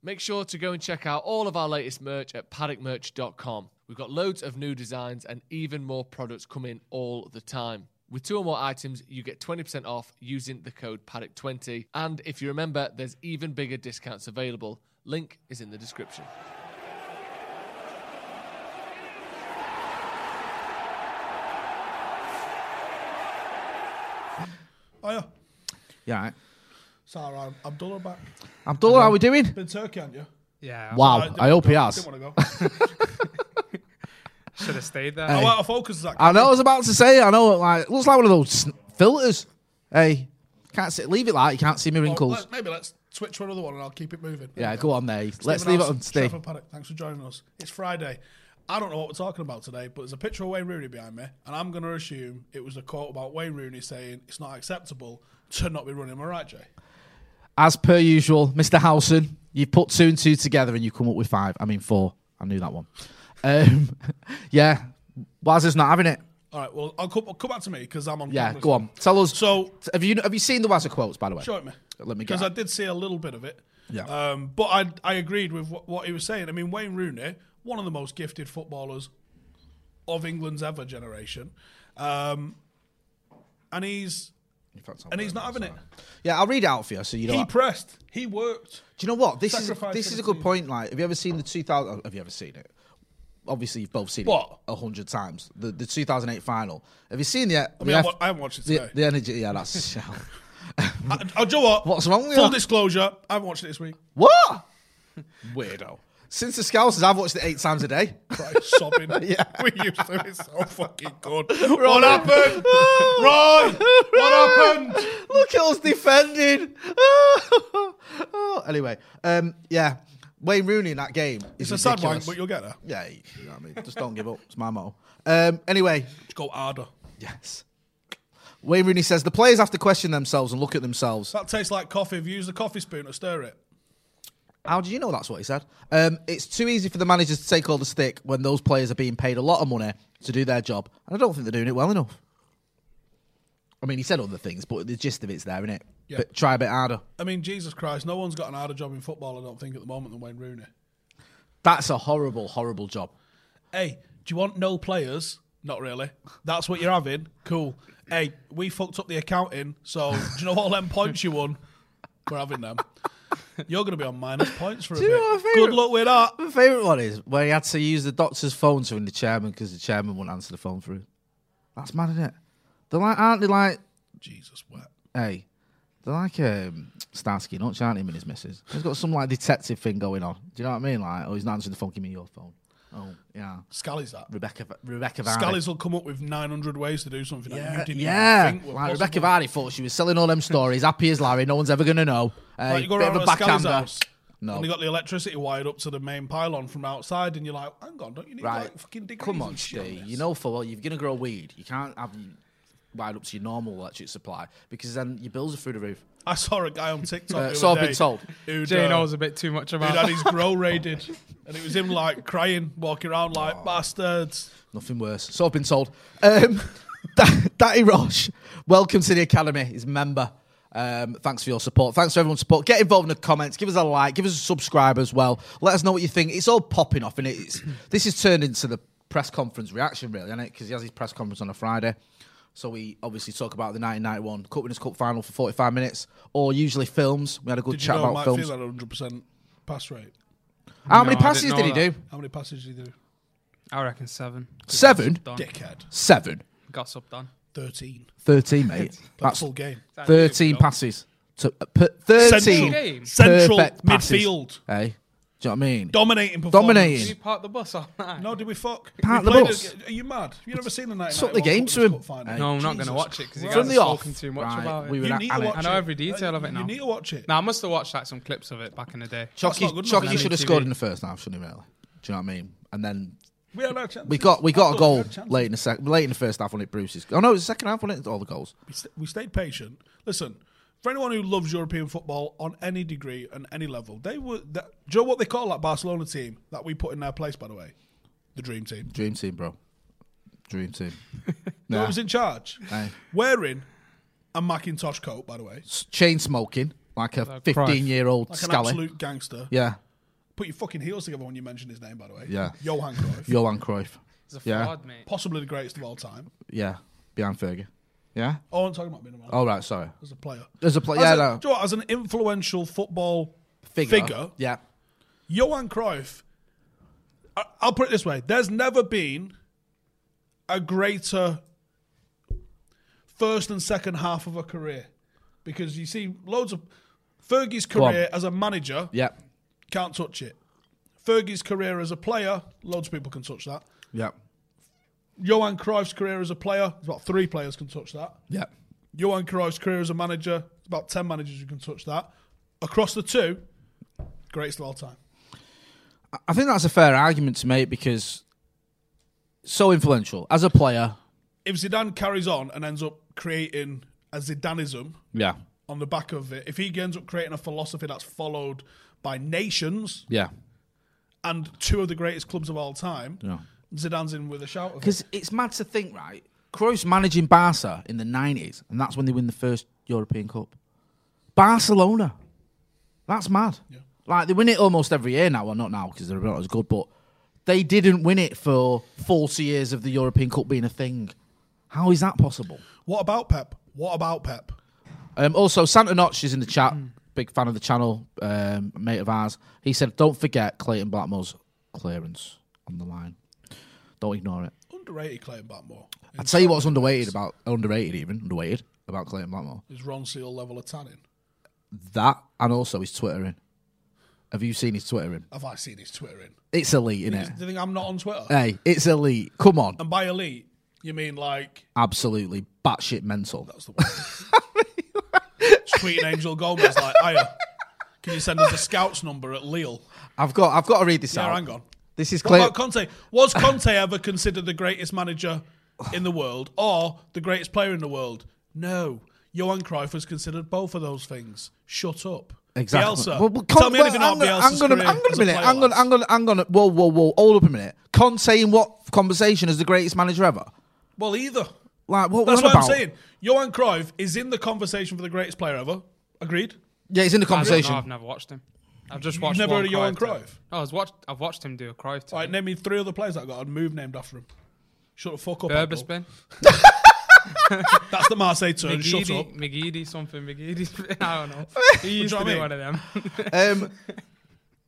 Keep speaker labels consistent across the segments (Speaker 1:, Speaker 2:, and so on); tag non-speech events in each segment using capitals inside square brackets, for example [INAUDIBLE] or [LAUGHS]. Speaker 1: Make sure to go and check out all of our latest merch at paddockmerch.com. We've got loads of new designs and even more products coming all the time. With two or more items, you get 20% off using the code PADDOCK20. And if you remember, there's even bigger discounts available. Link is in the description.
Speaker 2: Oh yeah,
Speaker 3: Yeah. right.
Speaker 2: Sarah Abdullah back.
Speaker 3: Abdullah, how we doing?
Speaker 2: Been Turkey, haven't you?
Speaker 4: Yeah,
Speaker 2: I
Speaker 1: Wow,
Speaker 2: didn't-
Speaker 1: I hope he has.
Speaker 2: Didn't want to go.
Speaker 4: I should have stayed there. Oh,
Speaker 2: How out of focus
Speaker 3: [LAUGHS]
Speaker 2: is that?
Speaker 3: I know. I was about to say. I know. Like, looks like one of those sn- filters. Hey, can't see, leave it like you can't see my
Speaker 2: Well,
Speaker 3: wrinkles.
Speaker 2: let- maybe let's switch to another one and I'll keep it moving.
Speaker 3: yeah,
Speaker 2: There we
Speaker 3: go on there. Let's
Speaker 2: Stephen
Speaker 3: leave it
Speaker 2: Alston,
Speaker 3: on Steve.
Speaker 2: Chef and Paddock, thanks for joining us. It's Friday. I don't know what we're talking about today, but there's a picture of Wayne Rooney behind me, and I'm going to assume it was a quote about Wayne Rooney saying it's not acceptable to not be running. Am I right, Jay?
Speaker 3: As per usual, Mr. Howson, you put two and two together and you come up with five. I mean four. I knew that one. Um, [LAUGHS] yeah, Waz is not having it.
Speaker 2: All right, well, I'll come, come back to me because I'm on.
Speaker 3: Yeah,
Speaker 2: camera.
Speaker 3: go on. Tell us.
Speaker 2: So,
Speaker 3: have you have you seen the Wazza quotes by the way?
Speaker 2: show it me.
Speaker 3: Let me
Speaker 2: Because
Speaker 3: get.
Speaker 2: I
Speaker 3: it.
Speaker 2: did see a little bit of it.
Speaker 3: Yeah.
Speaker 2: Um, but I, I agreed with what, what he was saying. I mean, Wayne Rooney, one of the most gifted footballers of England's ever generation. Um, and he's
Speaker 3: In fact, I'll
Speaker 2: and
Speaker 3: read
Speaker 2: he's
Speaker 3: it.
Speaker 2: not having it.
Speaker 3: Yeah, I'll read it out for you so you know.
Speaker 2: He pressed. He worked.
Speaker 3: Do you know what this is?
Speaker 2: Sacrifice
Speaker 3: This
Speaker 2: for
Speaker 3: is
Speaker 2: the
Speaker 3: a good
Speaker 2: team.
Speaker 3: point. Like, have you ever seen the 2000? Have you ever seen it? Obviously, you've both seen
Speaker 2: What?
Speaker 3: it a hundred times. The the 2008 final. Have you seen the? the
Speaker 2: mean, I wa- I haven't watched it
Speaker 3: The,
Speaker 2: today.
Speaker 3: the energy. Yeah, that's. [LAUGHS]
Speaker 2: I, I, do you know what?
Speaker 3: What's wrong with
Speaker 2: Full
Speaker 3: you?
Speaker 2: disclosure, I haven't watched it this week.
Speaker 3: what? Weirdo. Since the Scousers, I've watched it eight times a day.
Speaker 2: Right, sobbing.
Speaker 3: [LAUGHS] Yeah.
Speaker 2: [LAUGHS] We used to. It's so fucking good. [LAUGHS]
Speaker 3: [LAUGHS]
Speaker 2: What happened? Roy, what happened?
Speaker 3: Look at us defending. [LAUGHS] Oh, anyway, um, yeah, Wayne Rooney in that game.
Speaker 2: It's
Speaker 3: is
Speaker 2: a sad one,
Speaker 3: ridiculous.
Speaker 2: but you'll get there.
Speaker 3: Yeah, you know what I mean, just don't give up. It's my motto. Um, anyway,
Speaker 2: Just go harder.
Speaker 3: yes. Wayne Rooney says the players have to question themselves and look at themselves.
Speaker 2: That tastes like coffee. If you use the coffee spoon to stir it.
Speaker 3: How do you know that's what he said? Um, it's too easy for the managers to take all the stick when those players are being paid a lot of money to do their job, and I don't think they're doing it well enough. I mean, he said other things, but the gist of it's there, isn't it?
Speaker 2: Yeah.
Speaker 3: But try a bit harder.
Speaker 2: I mean, Jesus Christ, no one's got an harder job in football, I don't think, at the moment than Wayne Rooney.
Speaker 3: That's a horrible, horrible job.
Speaker 2: Hey, do you want no players? Not really. That's what you're having? Cool. Hey, we fucked up the accounting, so do you know all them points you won? We're having them. You're going to be on minus points for a
Speaker 3: you know what my
Speaker 2: bit.
Speaker 3: favourite-
Speaker 2: Good luck with that.
Speaker 3: My favourite one is where he had to use the doctor's phone to ring the chairman because the chairman wouldn't answer the phone for him. That's mad, isn't it? They're like, aren't they like,
Speaker 2: Jesus, wet.
Speaker 3: hey, they're like um, Starsky and Hutch, aren't him and his missus? He's got some like detective thing going on. Do you know what I mean? Like, oh, he's not answering the phone, give me your phone. Oh, yeah.
Speaker 2: Scally's that.
Speaker 3: Rebecca, Rebecca Vardy.
Speaker 2: Scally's will come up with 900 ways to do something that
Speaker 3: yeah,
Speaker 2: you didn't
Speaker 3: yeah.
Speaker 2: even think were
Speaker 3: like
Speaker 2: possible.
Speaker 3: Rebecca Vardy thought she was selling all them stories, happy as Larry, no one's ever gonna know. Hey,
Speaker 2: Like you go
Speaker 3: bit
Speaker 2: around
Speaker 3: of a
Speaker 2: to Scally's
Speaker 3: backhander.
Speaker 2: house,
Speaker 3: No.
Speaker 2: and they got the electricity wired up to the main pylon from outside, and you're like, hang on, don't you need
Speaker 3: Right.
Speaker 2: like fucking degrees
Speaker 3: Come on,
Speaker 2: and shit
Speaker 3: Steve.
Speaker 2: this?
Speaker 3: You know for well, you're gonna grow weed. You can't have you wired up to your normal electric supply because then your bills are through the roof.
Speaker 2: I saw a guy on TikTok.
Speaker 3: Uh,
Speaker 2: the
Speaker 3: so
Speaker 2: other
Speaker 3: I've been
Speaker 2: day
Speaker 3: told.
Speaker 2: Who'd,
Speaker 4: Jay
Speaker 2: uh,
Speaker 4: knows a bit too much
Speaker 2: who'd had
Speaker 4: about. [LAUGHS]
Speaker 2: his grow raided, and it was him like crying, walking around like
Speaker 3: Oh.
Speaker 2: bastards.
Speaker 3: Nothing worse. So I've been told. Um, [LAUGHS] Da- Daddy Roche, welcome to the Academy. He's a member. Um, thanks for your support. Thanks for everyone's support. Get involved in the comments. Give us a like. Give us a subscribe as well. Let us know what you think. It's all popping off, and it's [CLEARS THROAT] this is turned into the press conference reaction, really, isn't it? Because he has his press conference on a Friday. So we obviously talk about the 1991 Cup Winners' Cup final for 45 minutes, or usually films. We had a good
Speaker 2: Did you
Speaker 3: chat
Speaker 2: know
Speaker 3: about
Speaker 2: Mike
Speaker 3: films.
Speaker 2: Phelan had 100 percent pass rate?
Speaker 3: How
Speaker 4: No,
Speaker 3: many
Speaker 4: I didn't
Speaker 3: passes
Speaker 4: know
Speaker 3: did he
Speaker 4: that.
Speaker 3: do?
Speaker 2: How many passes did he do?
Speaker 4: I reckon seven.
Speaker 3: Seven?
Speaker 4: Gossip done.
Speaker 2: Dickhead,
Speaker 3: Seven.
Speaker 4: Gossip done.
Speaker 2: 13.
Speaker 3: 13,
Speaker 4: [LAUGHS]
Speaker 3: mate. That's
Speaker 2: full game.
Speaker 4: That's
Speaker 3: 13
Speaker 4: it, you know.
Speaker 3: passes. To, uh, per- 13
Speaker 2: Central,
Speaker 4: Game.
Speaker 2: central
Speaker 3: perfect passes.
Speaker 2: midfield.
Speaker 3: Hey, Do you know what I mean?
Speaker 2: Dominating performance.
Speaker 4: Did you
Speaker 3: Dominating.
Speaker 4: park the bus all night?
Speaker 2: No, did we fuck?
Speaker 3: Park
Speaker 2: We
Speaker 3: the
Speaker 2: played
Speaker 3: bus.
Speaker 2: it- Are you mad? Have you never seen the night?
Speaker 3: Took the game to him.
Speaker 4: [LAUGHS] No, I'm not going to watch it because you guys
Speaker 3: From the
Speaker 4: are
Speaker 3: off,
Speaker 4: talking too much
Speaker 3: right,
Speaker 4: about it.
Speaker 3: we were
Speaker 4: now,
Speaker 3: at- Alex.
Speaker 4: I know every detail of it now.
Speaker 2: You need to watch it.
Speaker 4: I must have watched like some clips of it back in the day.
Speaker 2: That's not
Speaker 3: Chucky,
Speaker 2: good
Speaker 3: Chucky
Speaker 2: enough.
Speaker 3: should have
Speaker 4: MTV.
Speaker 3: scored in the first half, shouldn't he? Really? Do you know what I mean? And then
Speaker 2: We had our chances.
Speaker 3: we got we got a
Speaker 2: I
Speaker 3: goal
Speaker 2: thought we had
Speaker 3: late in the sec- late in the first half on it. Bruce's. Oh no, it was the second half on it. All the goals.
Speaker 2: We st- We stayed patient. Listen, for anyone who loves European football on any degree and any level, they were. That, do you know what they call that Barcelona team that we put in their place? By the way, the dream team.
Speaker 3: Dream team, bro. Dream
Speaker 2: [LAUGHS]
Speaker 3: team.
Speaker 2: Who
Speaker 3: Nah.
Speaker 2: was in charge?
Speaker 3: Aye.
Speaker 2: Wearing a Macintosh coat, by the way,
Speaker 3: S- Chain smoking like a
Speaker 4: Cruyff.
Speaker 3: fifteen-year-old
Speaker 2: like an
Speaker 3: scally.
Speaker 2: absolute gangster.
Speaker 3: Yeah,
Speaker 2: Put your fucking heels together when you mention his name, by the way.
Speaker 3: Yeah.
Speaker 2: Johan Cruyff,
Speaker 3: Johan Cruyff.
Speaker 4: It's a
Speaker 3: Yeah.
Speaker 4: fraud, mate.
Speaker 2: possibly the greatest of all time.
Speaker 3: Yeah, behind Fergie. Yeah.
Speaker 2: Oh, I'm talking about being a man
Speaker 3: All right. Sorry.
Speaker 2: as a player.
Speaker 3: There's a player.
Speaker 2: As
Speaker 3: Yeah,
Speaker 2: a-
Speaker 3: no.
Speaker 2: do you know what, as an influential football
Speaker 3: Figure.
Speaker 2: figure
Speaker 3: Yeah.
Speaker 2: Johan Cruyff, I- I'll put it this way there's never been a greater first and second half of a career because you see loads of Fergie's
Speaker 3: on.
Speaker 2: career as a manager
Speaker 3: Yeah.
Speaker 2: can't touch it. Fergie's career as a player, loads of people can touch that.
Speaker 3: Yeah.
Speaker 2: Johan Cruyff's career as a player, about three players can touch that.
Speaker 3: Yeah.
Speaker 2: Johan Cruyff's career as a manager, about 10 managers who can touch that. Across the two, greatest of all time.
Speaker 3: I think that's a fair argument to make because so influential as a player.
Speaker 2: if Zidane carries on and ends up creating a Zidanism
Speaker 3: Yeah.
Speaker 2: on the back of it, if he ends up creating a philosophy that's followed by nations
Speaker 3: Yeah.
Speaker 2: and two of the greatest clubs of all time,
Speaker 3: Yeah.
Speaker 2: Zidane's in with a shout. Of it.
Speaker 3: Because it's mad to think, right? Cruyff's managing Barca in the 90s, and that's when they win the first European Cup. Barcelona. That's mad. Like, they win it almost every year now. Well, not now because they're not as good, but they didn't win it for 40 years of the European Cup being a thing. How is that possible?
Speaker 2: What about Pep? What about Pep?
Speaker 3: Um, also, Santa Notch is in the chat.
Speaker 2: Hmm.
Speaker 3: Big fan of the channel, um, mate of ours. He said, "Don't forget Clayton Blackmore's clearance on the line. Don't ignore it."
Speaker 2: Underrated Clayton Batmore.
Speaker 3: I tell you what's underrated about underrated even underrated about Clayton Blackmore
Speaker 2: Is Ron Seal level of tanning?
Speaker 3: that, and also his twittering. Have you seen his twittering?
Speaker 2: Have I seen his twittering?
Speaker 3: It's
Speaker 2: Do
Speaker 3: elite, innit?
Speaker 2: you think I'm not on Twitter?
Speaker 3: Hey, it's elite. Come on,
Speaker 2: and by elite, you mean like
Speaker 3: absolutely batshit mental.
Speaker 2: That's the one. Tweeting Angel Gomez like, "Hiya, can you send us a scout's number at Lille?"
Speaker 3: I've got, I've got to read this
Speaker 2: Yeah,
Speaker 3: out.
Speaker 2: hang on.
Speaker 3: This is
Speaker 2: What
Speaker 3: Clay.
Speaker 2: about Conte? Was Conte ever considered the greatest manager in the world or the greatest player in the world? No. Johan Cruyff was considered both of those things. Shut up.
Speaker 3: Exactly.
Speaker 2: Bielsa.
Speaker 3: Well, well,
Speaker 2: Tell
Speaker 3: Con-
Speaker 2: me anything
Speaker 3: well,
Speaker 2: about Bielsa's
Speaker 3: I'm gonna,
Speaker 2: career as
Speaker 3: I'm gonna, I'm
Speaker 2: a
Speaker 3: gonna,
Speaker 2: player,
Speaker 3: I'm gonna,
Speaker 2: lads.
Speaker 3: I'm gonna, I'm gonna, whoa, whoa, whoa, hold up a minute. Conte in what conversation as the greatest manager ever?
Speaker 2: Well, either.
Speaker 3: Like, what
Speaker 2: That's
Speaker 3: what
Speaker 2: what
Speaker 3: about?
Speaker 2: I'm saying. Johan Cruyff is in the conversation for the greatest player ever. Agreed?
Speaker 3: Yeah, he's in the
Speaker 4: I don't know, I've
Speaker 3: conversation.
Speaker 4: never watched him. I've just watched.
Speaker 2: never
Speaker 4: one
Speaker 2: heard of Johan
Speaker 4: Cruyff.
Speaker 2: Cruyff?
Speaker 4: No, I was watched. I've watched him do a Cruyff. To
Speaker 2: All right, name me three other players that got a move named after him. Shut the fuck up. Abdul.
Speaker 4: Berbisbin,
Speaker 2: That's the Marseille turn. Shut up.
Speaker 4: Migidi, Migidi, something [LAUGHS] Migidi. I don't know. He used
Speaker 2: Do you know
Speaker 4: to
Speaker 2: what I
Speaker 4: be
Speaker 2: mean?
Speaker 4: one of them.
Speaker 2: [LAUGHS]
Speaker 3: Um,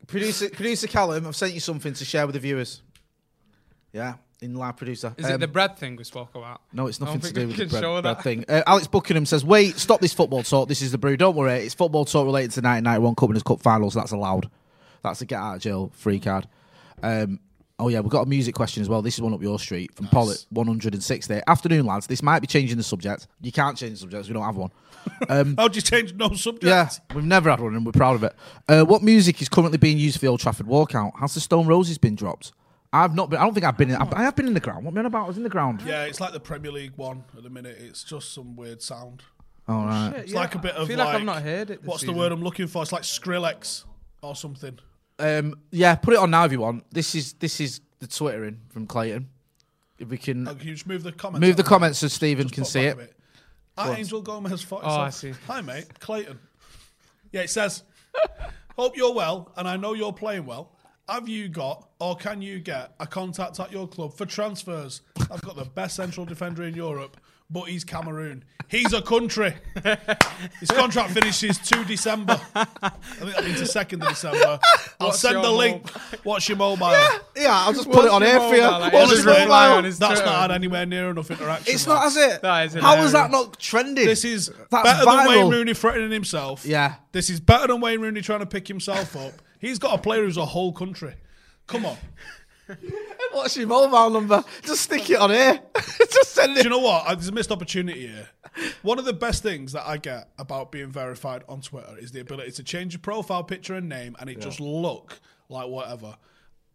Speaker 3: producer, producer Callum, I've sent you something to share with the viewers. Yeah, in live producer.
Speaker 4: Is
Speaker 3: Um,
Speaker 4: it the bread thing we spoke about?
Speaker 3: No, it's
Speaker 4: I don't
Speaker 3: nothing to
Speaker 4: think
Speaker 3: do
Speaker 4: we
Speaker 3: with the
Speaker 4: can
Speaker 3: bread,
Speaker 4: show
Speaker 3: bread
Speaker 4: that.
Speaker 3: thing. Uh, Alex Buckingham says, "Wait, stop this football talk. This is the brew. Don't worry, it's football talk related to 1991 Cup Winners' Cup finals. That's allowed. That's a get out of jail free card." Um, oh yeah, we've got a music question as well. This is one up your street from Paul at 160. Afternoon, lads. This might be changing the subject. You can't change the subject. We don't have one.
Speaker 2: How'd you change no subject?
Speaker 3: Yeah, we've never had one, and we're proud of it. Uh, what music is currently being used for the Old Trafford walkout? Has the Stone Roses been dropped? I've not been. I don't think I've been. In, I, I have been in the ground. What am I on about? I was in the ground.
Speaker 2: Yeah, it's like the Premier League one at the minute. It's just some weird sound.
Speaker 3: All right.
Speaker 2: It's like a bit of
Speaker 4: I feel
Speaker 2: like,
Speaker 4: like, I've not heard it. This
Speaker 2: what's
Speaker 4: season.
Speaker 2: the word I'm looking for? It's like Skrillex or something.
Speaker 3: Um, yeah, put it on now if you want. This is this is the twittering from Clayton. If we can
Speaker 2: Oh, can you just move the comments?
Speaker 3: move the
Speaker 2: out?
Speaker 3: comments so Stephen can
Speaker 2: Put back
Speaker 3: see it.
Speaker 2: a bit. At Angel Gomez fought
Speaker 4: Oh, I
Speaker 2: himself.
Speaker 4: see.
Speaker 2: Hi, mate. Clayton. Yeah, it says, Hope you're well, and I know you're playing well. Have you got, or can you get, a contact at your club for transfers? I've got the best central defender in Europe, but he's Cameroon. He's a
Speaker 4: [LAUGHS]
Speaker 2: country. His contract finishes 2 December. I think that means the 2nd of December. I'll
Speaker 4: What's
Speaker 2: send
Speaker 4: your
Speaker 2: the link. What's
Speaker 4: [LAUGHS]
Speaker 2: your mobile?
Speaker 3: Yeah, I'll just put
Speaker 4: What's
Speaker 3: it on
Speaker 4: your
Speaker 3: here for you.
Speaker 4: mobile, like,
Speaker 3: What's
Speaker 4: just
Speaker 3: your
Speaker 4: rely
Speaker 3: mobile?
Speaker 4: on his-
Speaker 2: That's
Speaker 4: Twitter.
Speaker 2: not had anywhere near enough interaction.
Speaker 3: It's not,
Speaker 2: lads.
Speaker 3: has it?
Speaker 4: That is
Speaker 3: How is that
Speaker 4: hilarious.
Speaker 3: not trending?
Speaker 2: This is
Speaker 3: That's
Speaker 2: better than
Speaker 3: viral.
Speaker 2: Wayne Rooney threatening himself.
Speaker 3: Yeah.
Speaker 2: This is better than Wayne Rooney trying to pick himself up. He's got a player who's a whole country. Come on.
Speaker 3: What's your mobile number? Just stick it on here. [LAUGHS] Just send
Speaker 2: Do
Speaker 3: it.
Speaker 2: you know what? Uh, There's a missed opportunity here. One of the best things that I get about being verified on Twitter is the ability to change your profile picture and name, and it just look like whatever.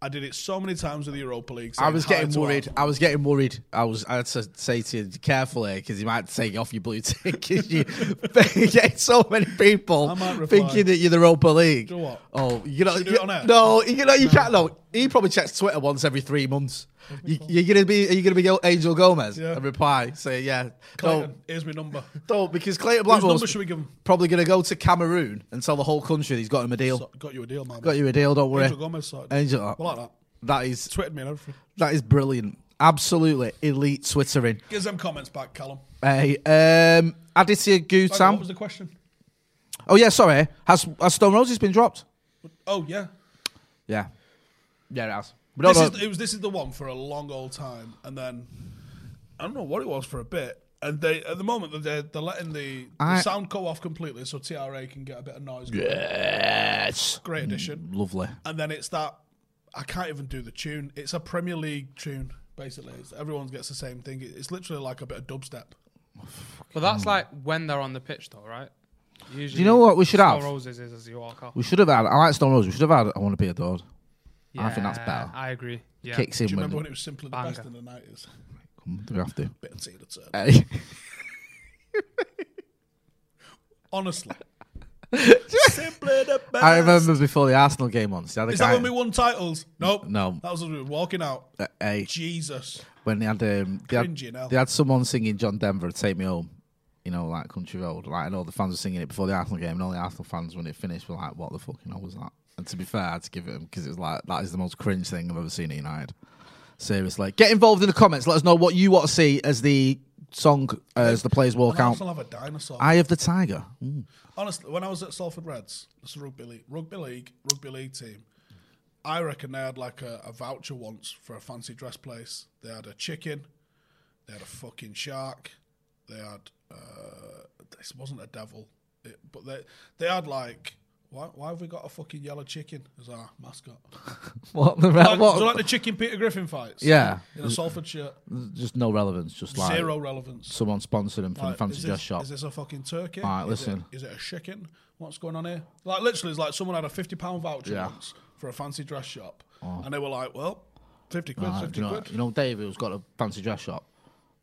Speaker 2: I did it so many times with the Europa League.
Speaker 3: I
Speaker 2: saying
Speaker 3: was
Speaker 2: hi
Speaker 3: getting
Speaker 2: to uh,
Speaker 3: worried.
Speaker 2: Al.
Speaker 3: I was getting worried. I was. I had to say to you, careful here, because you might take off your blue tick. 'cause you [LAUGHS] you get so many people
Speaker 2: I might reply.
Speaker 3: thinking that you're the Europa League.
Speaker 2: Do you know what?
Speaker 3: Oh, you know,
Speaker 2: Should we do
Speaker 3: you-
Speaker 2: it on air?
Speaker 3: no, you know, you can't. No, he probably checks Twitter once every three months. You, you're gonna be, are you gonna be Angel Gomez
Speaker 2: Yeah.
Speaker 3: and reply, say, yeah,
Speaker 2: Clayton,
Speaker 3: no,
Speaker 2: here's my
Speaker 3: [LAUGHS]
Speaker 2: number.
Speaker 3: no, because Clayton
Speaker 2: Whose
Speaker 3: Blackmore
Speaker 2: number should we give him?
Speaker 3: probably gonna go to Cameroon and tell the whole country that he's got him a deal.
Speaker 2: So- got you a deal, man.
Speaker 3: got you a deal. Don't worry.
Speaker 2: Angel Gomez sorted.
Speaker 3: Angel-
Speaker 2: I like that.
Speaker 3: That is
Speaker 2: Tweeted me and everything.
Speaker 3: that is brilliant. Absolutely elite twittering.
Speaker 2: Give them comments back, Callum.
Speaker 3: Hey, um, Aditya
Speaker 2: Sorry,
Speaker 3: Gutam.
Speaker 2: What was the question?
Speaker 3: oh yeah, sorry. Has, has Stone Roses been dropped?
Speaker 2: Oh yeah,
Speaker 3: Yeah, yeah, it has. We don't
Speaker 2: this
Speaker 3: know-
Speaker 2: is, it was this is the one for a long old time, and then I don't know what it was for a bit. And they at the moment they're they're letting the,
Speaker 3: I-
Speaker 2: the sound go off completely, so TRA can get a bit of noise. going.
Speaker 3: yes,
Speaker 2: Great addition.
Speaker 3: lovely.
Speaker 2: And then it's that I can't even do the tune. It's a Premier League tune basically. It's, everyone gets the same thing. It's literally like a bit of dubstep.
Speaker 4: But that's like when they're on the pitch, though, right? Usually,
Speaker 3: Do you know what we should
Speaker 4: Snow
Speaker 3: have?
Speaker 4: Roses is as you walk off.
Speaker 3: We should have had. I like Stone Roses. We should have had. I want to be adored. I think that's
Speaker 4: Yeah,
Speaker 3: better.
Speaker 4: I agree. Yeah.
Speaker 3: Kicks in
Speaker 2: Do you
Speaker 3: when
Speaker 2: remember when it was simply the best in the nineties?
Speaker 3: do we have to.
Speaker 2: Bit of tea to turn.
Speaker 3: Hey. [LAUGHS]
Speaker 2: Honestly. simply the best.
Speaker 3: [LAUGHS] I remember before the Arsenal game once. The other
Speaker 2: Is
Speaker 3: guy,
Speaker 2: that when we won titles? Nope.
Speaker 3: No.
Speaker 2: That was when we were walking out.
Speaker 3: uh, hey,
Speaker 2: Jesus.
Speaker 3: when they had um, they had,
Speaker 2: Cringy, you know.
Speaker 3: they had someone singing John Denver "Take Me Home," you know, like Country Road. Like, and all the fans were singing it before the Arsenal game, and all the Arsenal fans, when it finished, were like, "What the fucking hell was that?" And to be fair, I had to give it them because it was like that is the most cringe thing I've ever seen at United. Seriously, get involved in the comments. Let us know what you want to see as the song uh, as the players walk
Speaker 2: And I
Speaker 3: out.
Speaker 2: still have a dinosaur.
Speaker 3: Eye of the Tiger. Mm.
Speaker 2: Honestly, when I was at Salford Reds, it's a rugby league, rugby league, rugby league team. I reckon they had like a, a voucher once for a fancy dress place. They had a chicken, they had a fucking shark, they had uh, this wasn't a devil, it, but they they had like why, why have we got a fucking yellow chicken as our
Speaker 3: [LAUGHS]
Speaker 2: mascot?
Speaker 3: [LAUGHS] What the hell?
Speaker 2: Like,
Speaker 3: What?
Speaker 2: so like the chicken Peter Griffin fights.
Speaker 3: Yeah.
Speaker 2: in a Salford shirt,
Speaker 3: just no relevance. Just like
Speaker 2: zero relevance.
Speaker 3: someone sponsored him from
Speaker 2: Like,
Speaker 3: fancy
Speaker 2: is
Speaker 3: dress
Speaker 2: this,
Speaker 3: shop.
Speaker 2: Is this a fucking turkey?
Speaker 3: All right,
Speaker 2: Is it-
Speaker 3: listen.
Speaker 2: Is it a chicken? What's going on here? Like literally, it's like someone had a fifty pound voucher
Speaker 3: Yeah.
Speaker 2: once for a fancy dress shop, and they were like, "Well, fifty quid,
Speaker 3: Right,
Speaker 2: fifty
Speaker 3: do you, know,
Speaker 2: quid."
Speaker 3: you know, Dave, who's got a fancy dress shop.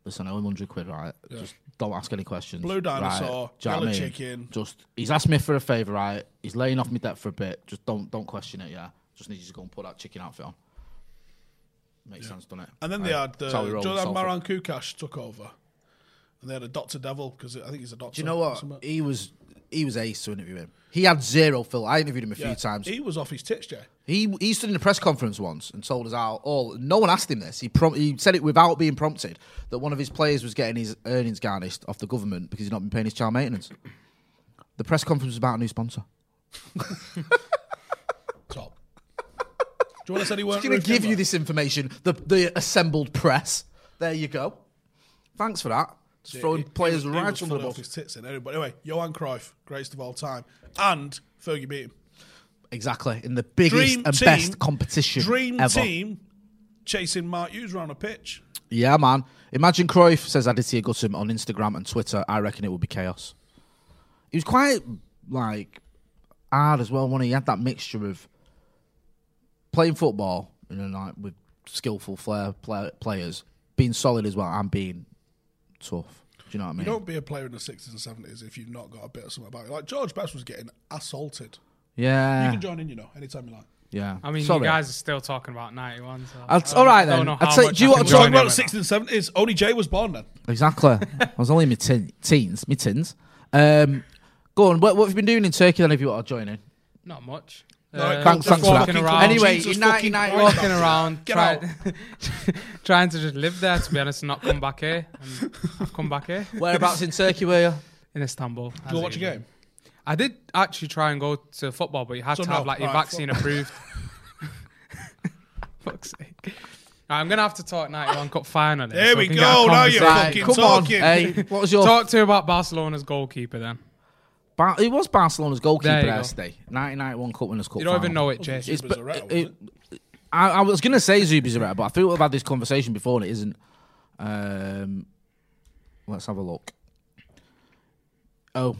Speaker 3: Listen, I owe him hundred quid, right? Just don't ask any questions.
Speaker 2: Blue dinosaur,
Speaker 3: right? Do you know
Speaker 2: yellow
Speaker 3: what I mean?
Speaker 2: chicken.
Speaker 3: Just he's asked me for a favour, right? He's laying off me debt for a bit. Just don't don't question it, yeah. Just need you to go and put that chicken outfit on. Makes sense, doesn't it?
Speaker 2: and then
Speaker 3: Right.
Speaker 2: they had the
Speaker 3: That's how we roll
Speaker 2: Jordan
Speaker 3: with Salford.
Speaker 2: Maran Kukash took over, and they had a Doctor Devil because I think he's a doctor.
Speaker 3: Do you know
Speaker 2: or
Speaker 3: what?
Speaker 2: something.
Speaker 3: He was he was ace to interview him. He had zero fill. I interviewed him a
Speaker 2: Yeah,
Speaker 3: few times.
Speaker 2: He was off his tits, Jay.
Speaker 3: He he stood in a press conference once and told us how all. No one asked him this. He prom- he said it without being prompted that one of his players was getting his earnings garnished off the government because he's not been paying his child maintenance. The press conference was about a new sponsor.
Speaker 2: Top. Do you want to say he weren't?
Speaker 3: I'm going
Speaker 2: Ruth
Speaker 3: to give
Speaker 2: Kimber?
Speaker 3: you this information. The the assembled press. There you go. Thanks for that. Just throwing
Speaker 2: He-
Speaker 3: players
Speaker 2: he was- he
Speaker 3: right
Speaker 2: was
Speaker 3: under the
Speaker 2: fully off
Speaker 3: bus.
Speaker 2: his tits in anyway. But anyway, Johan Cruyff, greatest of all time, and Fergie beat him.
Speaker 3: Exactly in the biggest
Speaker 2: dream
Speaker 3: and
Speaker 2: team,
Speaker 3: best competition
Speaker 2: Dream
Speaker 3: ever.
Speaker 2: team chasing Mark Hughes around a pitch.
Speaker 3: Yeah, man. Imagine Cruyff says Aditya Guttum on Instagram and Twitter. I reckon it would be chaos. He was quite like hard as well. When he He had that mixture of playing football, you know, like with skillful flair play, players, being solid as well, and being tough. Do you know what I mean?
Speaker 2: You don't be a player in the sixties and seventies if you've not got a bit of something about you. Like George Best was getting assaulted. You
Speaker 3: yeah,
Speaker 2: can join in, you know, anytime you like.
Speaker 3: yeah.
Speaker 4: I mean,
Speaker 3: Sorry.
Speaker 4: you guys are still talking about 91. So
Speaker 3: I'll-
Speaker 4: I
Speaker 3: all right
Speaker 4: don't
Speaker 3: then.
Speaker 4: know
Speaker 3: I'll
Speaker 4: how
Speaker 3: tell-
Speaker 4: much
Speaker 3: do you
Speaker 4: I
Speaker 3: want
Speaker 4: can
Speaker 3: to talk
Speaker 4: join
Speaker 2: Talking
Speaker 4: in
Speaker 2: about the
Speaker 4: with that.
Speaker 2: sixties and seventies, only Jay was born then.
Speaker 3: Exactly. I was only in my teen, teens, my teens. Um, go on. What, what have you been doing in Turkey? Then, if you want to join in.
Speaker 4: Not much.
Speaker 2: No, it
Speaker 4: Uh,
Speaker 2: can't-
Speaker 3: Thanks,
Speaker 4: just
Speaker 3: thanks for
Speaker 4: walking
Speaker 3: that.
Speaker 4: around.
Speaker 3: Anyway,
Speaker 2: Jesus
Speaker 3: in
Speaker 2: fucking
Speaker 3: 1990
Speaker 2: Christ.
Speaker 4: walking around,
Speaker 2: Get
Speaker 4: try, [LAUGHS] trying to just live there. To be honest, and not come back here. And I've come back here
Speaker 3: Whereabouts in Turkey were you?
Speaker 4: in Istanbul.
Speaker 2: Go
Speaker 4: as
Speaker 2: watch a
Speaker 4: usual.
Speaker 2: game.
Speaker 4: I did actually try and go to football, but you had
Speaker 2: So
Speaker 4: to
Speaker 2: no,
Speaker 4: have like your
Speaker 2: alright,
Speaker 4: vaccine approved. [LAUGHS] Fuck's sake. Right, I'm gonna have to talk 91 Cup final. here,
Speaker 2: There
Speaker 4: so
Speaker 2: we
Speaker 4: can get a
Speaker 2: go, now you're
Speaker 4: conversation.
Speaker 2: fucking
Speaker 3: come
Speaker 2: talking.
Speaker 3: on. Hey, what was your
Speaker 4: Talk to you about Barcelona's goalkeeper then.
Speaker 3: Bar- he was Barcelona's goalkeeper
Speaker 4: There you
Speaker 3: there
Speaker 4: go.
Speaker 3: today. 1991 Cup Winners' Cup.
Speaker 4: You don't even
Speaker 3: final.
Speaker 4: know it, Jay.
Speaker 2: It's
Speaker 3: but-
Speaker 2: Zubizarreta,
Speaker 3: it-
Speaker 2: wasn't
Speaker 3: I, I was going to say Zubizarreta, but I feel we've had this conversation before and it isn't. Um, let's have a look. Oh,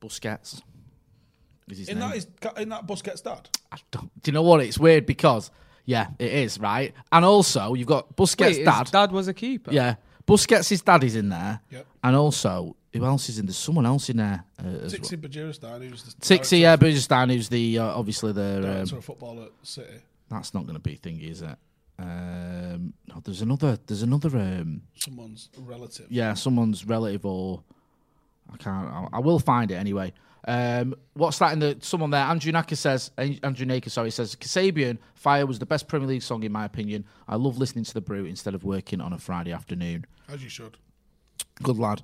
Speaker 3: Busquets. Is his
Speaker 2: it? In
Speaker 3: name.
Speaker 2: that, is, in that Busquets dad?
Speaker 3: I don't- do you know what? It's weird because, yeah, it is, right? And also, you've got Busquets'
Speaker 4: Wait, his
Speaker 3: dad.
Speaker 4: dad was a keeper.
Speaker 3: Yeah. Busquets' dad is in there.
Speaker 2: Yep.
Speaker 3: And also, who else is in there? There's someone else in there. Uh, as well.
Speaker 2: Tixi Bajiristan, who's the
Speaker 3: Tixi,
Speaker 2: director,
Speaker 3: yeah, Bujistan, who's the, uh, obviously the, um,
Speaker 2: director of football at City.
Speaker 3: That's not going to be thingy, is it? Um, no, there's another. There's another. Um,
Speaker 2: Someone's relative.
Speaker 3: yeah, someone's relative or I can't. I, I will find it anyway. Um, what's that in the someone there? Andrew Naka says. An- Andrew Naka, sorry, says Kasabian Fire was the best Premier League song in my opinion. I love listening to the Brew instead of working on a Friday afternoon.
Speaker 2: As you should.
Speaker 3: Good lad.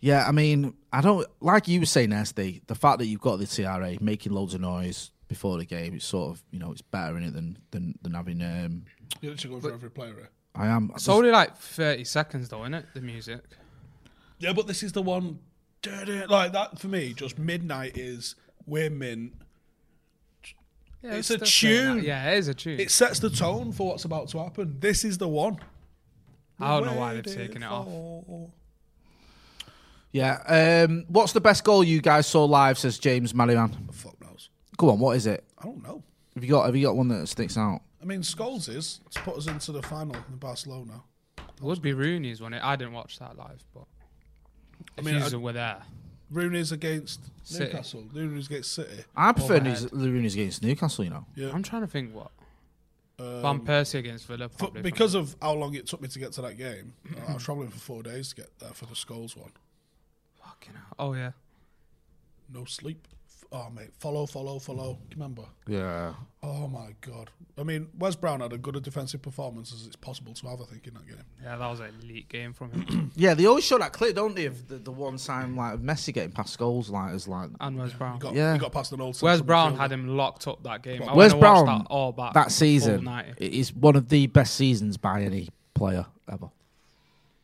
Speaker 3: Yeah, I mean, I don't like you were saying, SD. The fact that you've got the TRA making loads of noise before the game, it's sort of you know it's better in it than than than having. Um,
Speaker 2: You're literally going for every player here.
Speaker 3: I am.
Speaker 4: It's only like 30 seconds, though, isn't it? The music.
Speaker 2: Yeah, but this is the one. Like that for me, just midnight is we're mint.
Speaker 4: Yeah,
Speaker 2: It's a
Speaker 4: still saying that.
Speaker 2: tune.
Speaker 4: Yeah, it is a tune.
Speaker 2: It sets the tone for what's about to happen. This is the one.
Speaker 4: I don't know why they've taken it off.
Speaker 3: Yeah. Um, what's the best goal you guys saw live? Says James Merriman.
Speaker 2: Fuck knows.
Speaker 3: Go on, what is it?
Speaker 2: I don't know.
Speaker 3: Have you got Have you got one that sticks out?
Speaker 2: I mean, Skulls is to put us into the final in Barcelona.
Speaker 4: It would be Rooney's, wouldn't it? I didn't watch that live, but. I
Speaker 2: mean,
Speaker 4: mean,
Speaker 2: I-
Speaker 4: were there.
Speaker 2: Rooney's against
Speaker 4: City.
Speaker 2: Newcastle. Rooney's against City.
Speaker 3: I prefer
Speaker 4: Overhead.
Speaker 3: News, the Rooney's against Newcastle. You know.
Speaker 2: Yeah.
Speaker 4: I'm trying to think what. Van Persie against Villa,
Speaker 2: But
Speaker 4: probably. from-
Speaker 2: Um, because of how long it took me to get to that game, I was travelling for four days to get there for the Skulls one.
Speaker 4: Fucking hell. Oh, yeah.
Speaker 2: No sleep. F- Oh, mate. Follow, follow, follow. Remember?
Speaker 3: Yeah.
Speaker 2: Oh, my God. I mean, Wes Brown had a good a defensive performance as it's possible to have, I think, in that game.
Speaker 4: Yeah, that was an elite game from him.
Speaker 3: Yeah. They always show that clip, don't they? Of the, the one time like of Messi getting past goals, like as like.
Speaker 4: [CLEARS THROAT] and Wes Brown.
Speaker 2: Got,
Speaker 3: Yeah.
Speaker 2: He got past an old
Speaker 4: Wes
Speaker 2: central
Speaker 4: Brown
Speaker 2: midfielder.
Speaker 4: had him locked up that game. I
Speaker 3: Where's
Speaker 4: wanna watch
Speaker 3: Brown?
Speaker 4: That, all back,
Speaker 3: that
Speaker 4: full
Speaker 3: season
Speaker 4: 90.
Speaker 3: it is one of the best seasons by any player ever.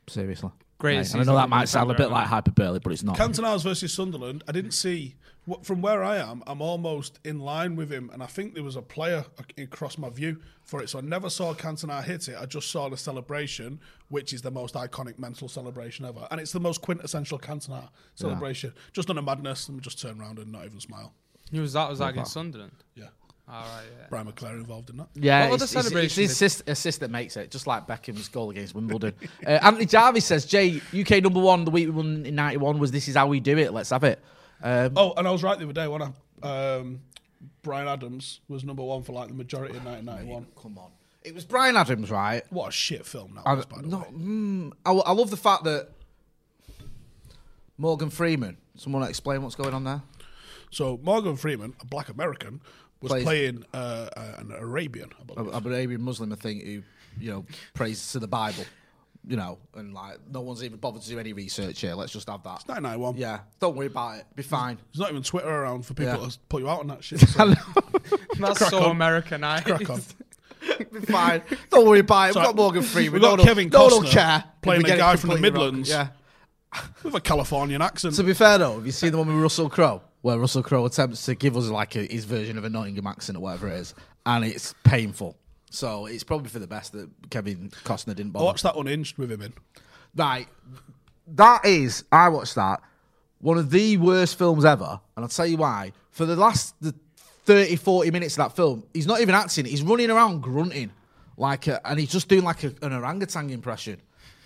Speaker 3: Seriously.
Speaker 4: Greatest
Speaker 3: Right, and I
Speaker 4: season
Speaker 3: know that
Speaker 4: of
Speaker 3: might sound a bit
Speaker 4: defender
Speaker 3: like hyperbole, but it's not.
Speaker 2: Cantona's versus Sunderland. I didn't see wh- from where I am. I'm almost in line with him, and I think there was a player ac- across my view for it. So I never saw Cantona hit it. I just saw the celebration, which is the most iconic mental celebration ever, and it's the most quintessential Cantona celebration. Just on a madness, and just turn around and not even smile.
Speaker 4: He was that was that against Sunderland.
Speaker 2: Yeah,
Speaker 4: All right, yeah.
Speaker 3: [LAUGHS]
Speaker 2: Brian McClare involved in that.
Speaker 3: Yeah,
Speaker 4: What other
Speaker 3: it's, it's, it's
Speaker 4: celebration
Speaker 3: his
Speaker 4: did-
Speaker 3: assist, assist that makes it, just like Beckham's goal against Wimbledon. [LAUGHS] uh, Anthony Jarvis says, "Jay, UK number one the week we won in '91 was this is how we do it. Let's have it." Um,
Speaker 2: Oh, and I was right the other day when I. Um, Brian Adams was number one for like the majority
Speaker 3: [SIGHS]
Speaker 2: in 1991.
Speaker 3: come on, it was Brian Adams, right?
Speaker 2: What a shit film that
Speaker 3: I,
Speaker 2: was, by the
Speaker 3: no,
Speaker 2: way.
Speaker 3: mm, I, I love the fact that Morgan Freeman. Someone explain what's going on there.
Speaker 2: So Morgan Freeman, a black American, was
Speaker 3: Plays-
Speaker 2: playing uh, uh, an Arabian. I believe.
Speaker 3: A- An Arabian Muslim, I think, who you know prays to the Bible, you know, and like no one's even bothered to do any research here. Let's just have that.
Speaker 2: 991.
Speaker 3: Yeah, don't worry about it.
Speaker 2: [LAUGHS]
Speaker 3: Be fine.
Speaker 2: There's not even Twitter around for people
Speaker 3: Yeah.
Speaker 2: to pull you out on that
Speaker 3: [LAUGHS]
Speaker 2: shit. So
Speaker 4: That's
Speaker 2: Crack
Speaker 4: so
Speaker 2: on.
Speaker 4: Americanized. [LAUGHS]
Speaker 2: crack on.
Speaker 3: Be fine. Don't worry about it. We've
Speaker 2: Sorry.
Speaker 3: got Morgan Freeman.
Speaker 2: We've got
Speaker 3: no one-
Speaker 2: Kevin
Speaker 3: no one will
Speaker 2: Costner
Speaker 3: care. if
Speaker 2: playing
Speaker 3: we
Speaker 2: a
Speaker 3: get it
Speaker 2: guy from the
Speaker 3: completely wrong.
Speaker 2: Midlands.
Speaker 3: Yeah.
Speaker 2: With a Californian accent.
Speaker 3: To be fair though, have you seen the one with Russell Crowe, where Russell Crowe attempts to give us like a, his version of a Nottingham accent or whatever it is, and it's painful. So it's probably for the best that Kevin Costner didn't
Speaker 2: I
Speaker 3: bother.
Speaker 2: watched that unhinged with him in.
Speaker 3: Right. That is, I watched that, one of the worst films ever. And I'll tell you why. For the last the 30, 40 minutes of that film, he's not even acting. He's running around grunting. like, a, And he's just doing like a, an orangutan impression.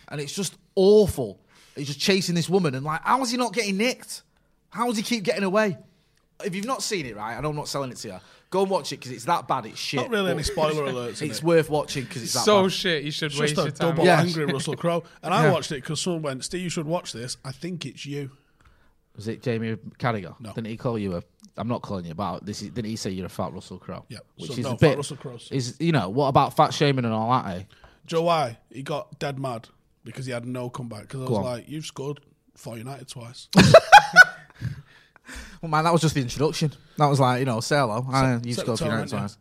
Speaker 3: And it's just awful. He's just chasing this woman. And like, how is he not getting nicked? How does he keep getting away? If you've not seen it, right, and I'm not selling it to you, go and watch it because it's that bad. It's shit.
Speaker 2: Not really
Speaker 3: but
Speaker 2: any spoiler alerts. in
Speaker 3: [LAUGHS] It's
Speaker 2: it.
Speaker 3: worth watching because it's that
Speaker 4: So
Speaker 3: bad.
Speaker 4: shit, you should
Speaker 2: just
Speaker 4: waste
Speaker 2: a
Speaker 4: your time.
Speaker 2: double
Speaker 4: on-
Speaker 3: Yeah.
Speaker 2: angry Russell Crowe. And I
Speaker 3: Yeah.
Speaker 2: watched it because someone went, Steve, you should watch this. I think it's you.
Speaker 3: Was it Jamie Carragher?
Speaker 2: No.
Speaker 3: Didn't he call you a? I'm not calling you about this. Is, didn't he say you're a fat Russell Crowe?
Speaker 2: Yeah.
Speaker 3: which
Speaker 2: So
Speaker 3: is
Speaker 2: no,
Speaker 3: a
Speaker 2: fat
Speaker 3: bit.
Speaker 2: Russell Crowe's-
Speaker 3: Is you know what about fat shaming and all that? Eh?
Speaker 2: Joe, why? He got dead mad because he had no comeback. Because I was
Speaker 3: on.
Speaker 2: like, you've scored for United
Speaker 3: [LAUGHS]
Speaker 2: twice.
Speaker 3: Well, man, that was just the introduction. That was like you know, say hello. I, you
Speaker 2: set
Speaker 3: scored
Speaker 2: the
Speaker 3: for
Speaker 2: tone,
Speaker 3: United
Speaker 2: didn't you?
Speaker 3: times,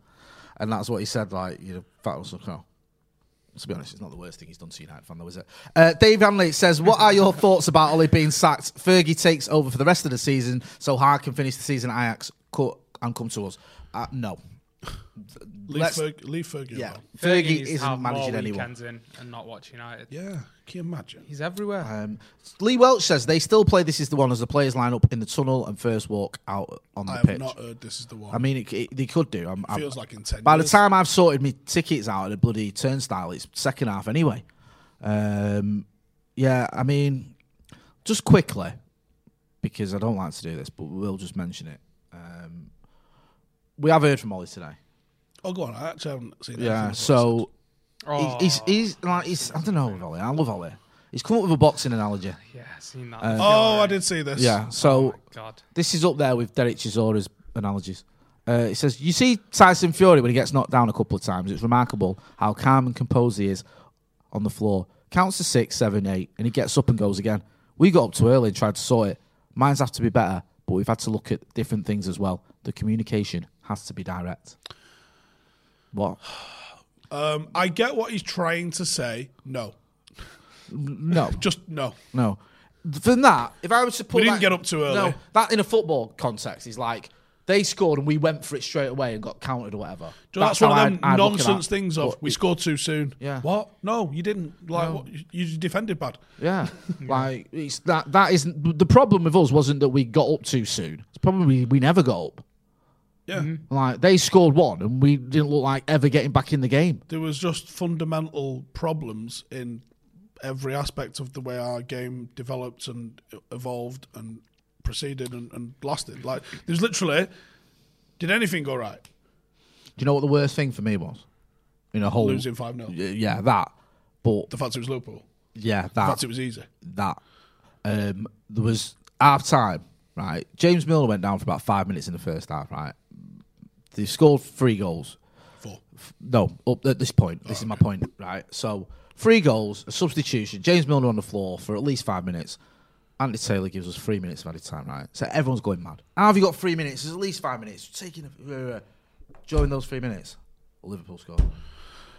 Speaker 3: and that's what he said. Like you know, fat Russell Crowe. To be honest, it's not the worst thing he's done to United fan, though, is it? Uh, Dave Hanley says, "What are your thoughts about Ollie being sacked? Fergie takes over for the rest of the season, so Hart can finish the season at Ajax co- and come to us." Uh, no,
Speaker 2: Leave,
Speaker 3: Let's-
Speaker 2: Ferg- leave Fergie
Speaker 3: yeah,
Speaker 2: alone.
Speaker 3: Fergie,
Speaker 4: needs to have
Speaker 3: isn't
Speaker 4: more
Speaker 3: managing anyone.
Speaker 4: weekends in and not watch United.
Speaker 2: Yeah, can you imagine?
Speaker 4: He's everywhere.
Speaker 3: Um, Lee Welch says they still play. This is the one as the players line up in the tunnel and first walk out on the
Speaker 2: I have
Speaker 3: pitch.
Speaker 2: not heard this is the one.
Speaker 3: I mean, it, it, they could do. I'm, I'm-
Speaker 2: feels like in 10
Speaker 3: By
Speaker 2: years.
Speaker 3: the time I've sorted my tickets out at the bloody turnstile, it's second half anyway. Um, yeah, I mean, just quickly, because I don't like to do this, but we'll just mention it. Um, we have heard from Ollie today.
Speaker 2: oh, go on. I actually haven't seen anything
Speaker 3: Yeah,
Speaker 2: of
Speaker 3: so
Speaker 4: oh,
Speaker 3: he's, he's, he's like, he's, I don't know, with Ollie. I love Ollie. He's come up with a boxing analogy.
Speaker 4: yeah, I've seen
Speaker 3: uh,
Speaker 4: that.
Speaker 2: what's- Oh, I did see this.
Speaker 3: Yeah, so
Speaker 4: my God.
Speaker 3: This is up there with Derek Chisora's analogies. Uh, it says, You see Tyson Fury when he gets knocked down a couple of times. It's remarkable how calm and composed he is on the floor. Counts to six, seven, eight, and he gets up and goes again. We got up too early and tried to sort it. Mines have to be better, but we've had to look at different things as well. The communication has to be direct. What? [SIGHS]
Speaker 2: Um, I get what he's trying to say. No,
Speaker 3: No,
Speaker 2: just no.
Speaker 3: no. For that, if I was to put
Speaker 2: We didn't
Speaker 3: that-
Speaker 2: get up too early.
Speaker 3: No, that in a football context is like they scored and we went for it straight away and got countered or whatever.
Speaker 2: Do you know, that's, one
Speaker 3: how
Speaker 2: of them
Speaker 3: I'd- I'd look at
Speaker 2: nonsense
Speaker 3: that.
Speaker 2: things of
Speaker 3: But
Speaker 2: we
Speaker 3: it-
Speaker 2: scored too soon.
Speaker 3: Yeah.
Speaker 2: What? No, you didn't. Like what? You, you defended bad. [LAUGHS]
Speaker 3: Yeah, like it's that. That isn't the problem with us. Wasn't that we got up too soon? It's probably we never got up.
Speaker 2: Yeah.
Speaker 3: Like they scored one and we didn't look like ever getting back in the game.
Speaker 2: There was just fundamental problems in every aspect of the way our game developed and evolved and proceeded and, and lasted. Like there's literally did anything go right?
Speaker 3: Do you know what the worst thing for me was? In a whole
Speaker 2: Losing five 0
Speaker 3: Y- Yeah, that. But
Speaker 2: The fact it was Liverpool.
Speaker 3: yeah,
Speaker 2: The
Speaker 3: that
Speaker 2: fact it was easy.
Speaker 3: that um, there was half time, right? James Miller went down for about five minutes in the first half, right? They scored three goals.
Speaker 2: Four.
Speaker 3: No, up at this point, this is my point, right? So three goals, a substitution. James Milner on the floor for at least five minutes. Andy Taylor gives us three minutes of added time, right? So everyone's going mad. How have you got three minutes? There's at least five minutes. Taking a, during those three minutes, Liverpool score, [SIGHS]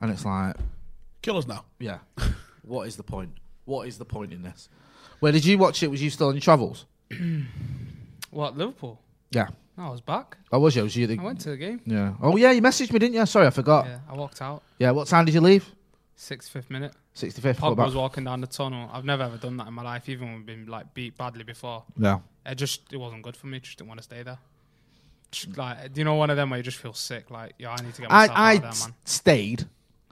Speaker 3: and it's like,
Speaker 2: Kill us now.
Speaker 3: yeah, [LAUGHS] what is the point? What is the point in this? Where did you watch it? Was you still on your travels?
Speaker 4: What, Liverpool?
Speaker 3: Yeah,
Speaker 4: No, I was back.
Speaker 3: I Oh, was. Yeah, was you? at
Speaker 4: I
Speaker 3: The,
Speaker 4: went to the game.
Speaker 3: yeah. Oh yeah, you messaged me, didn't you? Sorry, I forgot. Yeah.
Speaker 4: Yeah, I walked out.
Speaker 3: what time did you leave?
Speaker 4: Sixth, fifth minute.
Speaker 3: Sixty fifth.
Speaker 4: Pogba was walking down the tunnel. I've never ever done that in my life, even when we've been like beat badly before.
Speaker 3: Yeah.
Speaker 4: It just it wasn't good for me. Just didn't want to stay there. Just, like, do you know one of them where you just feel sick? Like, yeah, I need to get myself
Speaker 3: I, I
Speaker 4: out of there,
Speaker 3: s-
Speaker 4: man.
Speaker 3: stayed,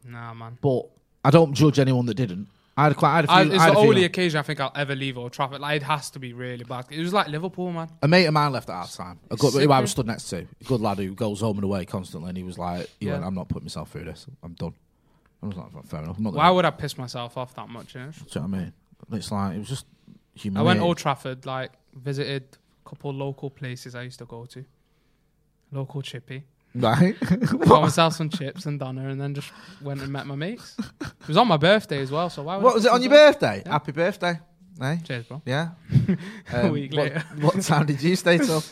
Speaker 4: Nah, man.
Speaker 3: but I don't judge anyone that didn't. I had quite. I had a few.
Speaker 4: I,
Speaker 3: I
Speaker 4: it's
Speaker 3: had
Speaker 4: the
Speaker 3: a few.
Speaker 4: only occasion I think I'll ever leave Old Trafford. Like, it has to be really bad. It was like Liverpool, man.
Speaker 3: A mate of mine left at half time. A good,
Speaker 4: Sick,
Speaker 3: who I
Speaker 4: man.
Speaker 3: was stood next to, a good lad who goes home and away constantly, and he was like, "Yeah,
Speaker 4: Yeah.
Speaker 3: I'm not putting myself through this. I'm done." I was like, "Fair enough." I'm not
Speaker 4: Why
Speaker 3: gonna,
Speaker 4: would I piss myself off that much? You know?
Speaker 3: do you know what I mean? It's like it was just
Speaker 4: I
Speaker 3: humiliating. [LAUGHS]
Speaker 4: went Old Trafford, like visited a couple local places I used to go to. Local chippy.
Speaker 3: right.
Speaker 4: Got myself some chips and dinner, and then just went and met my mates. It was on my birthday as well, so why? Would
Speaker 3: what
Speaker 4: I
Speaker 3: was it on
Speaker 4: piss
Speaker 3: your
Speaker 4: myself?
Speaker 3: birthday? Happy birthday, eh?
Speaker 4: Cheers, bro.
Speaker 3: Yeah.
Speaker 4: [LAUGHS]
Speaker 3: Um,
Speaker 4: A week
Speaker 3: what,
Speaker 4: later.
Speaker 3: [LAUGHS] what time did you stay
Speaker 4: [LAUGHS]
Speaker 3: till?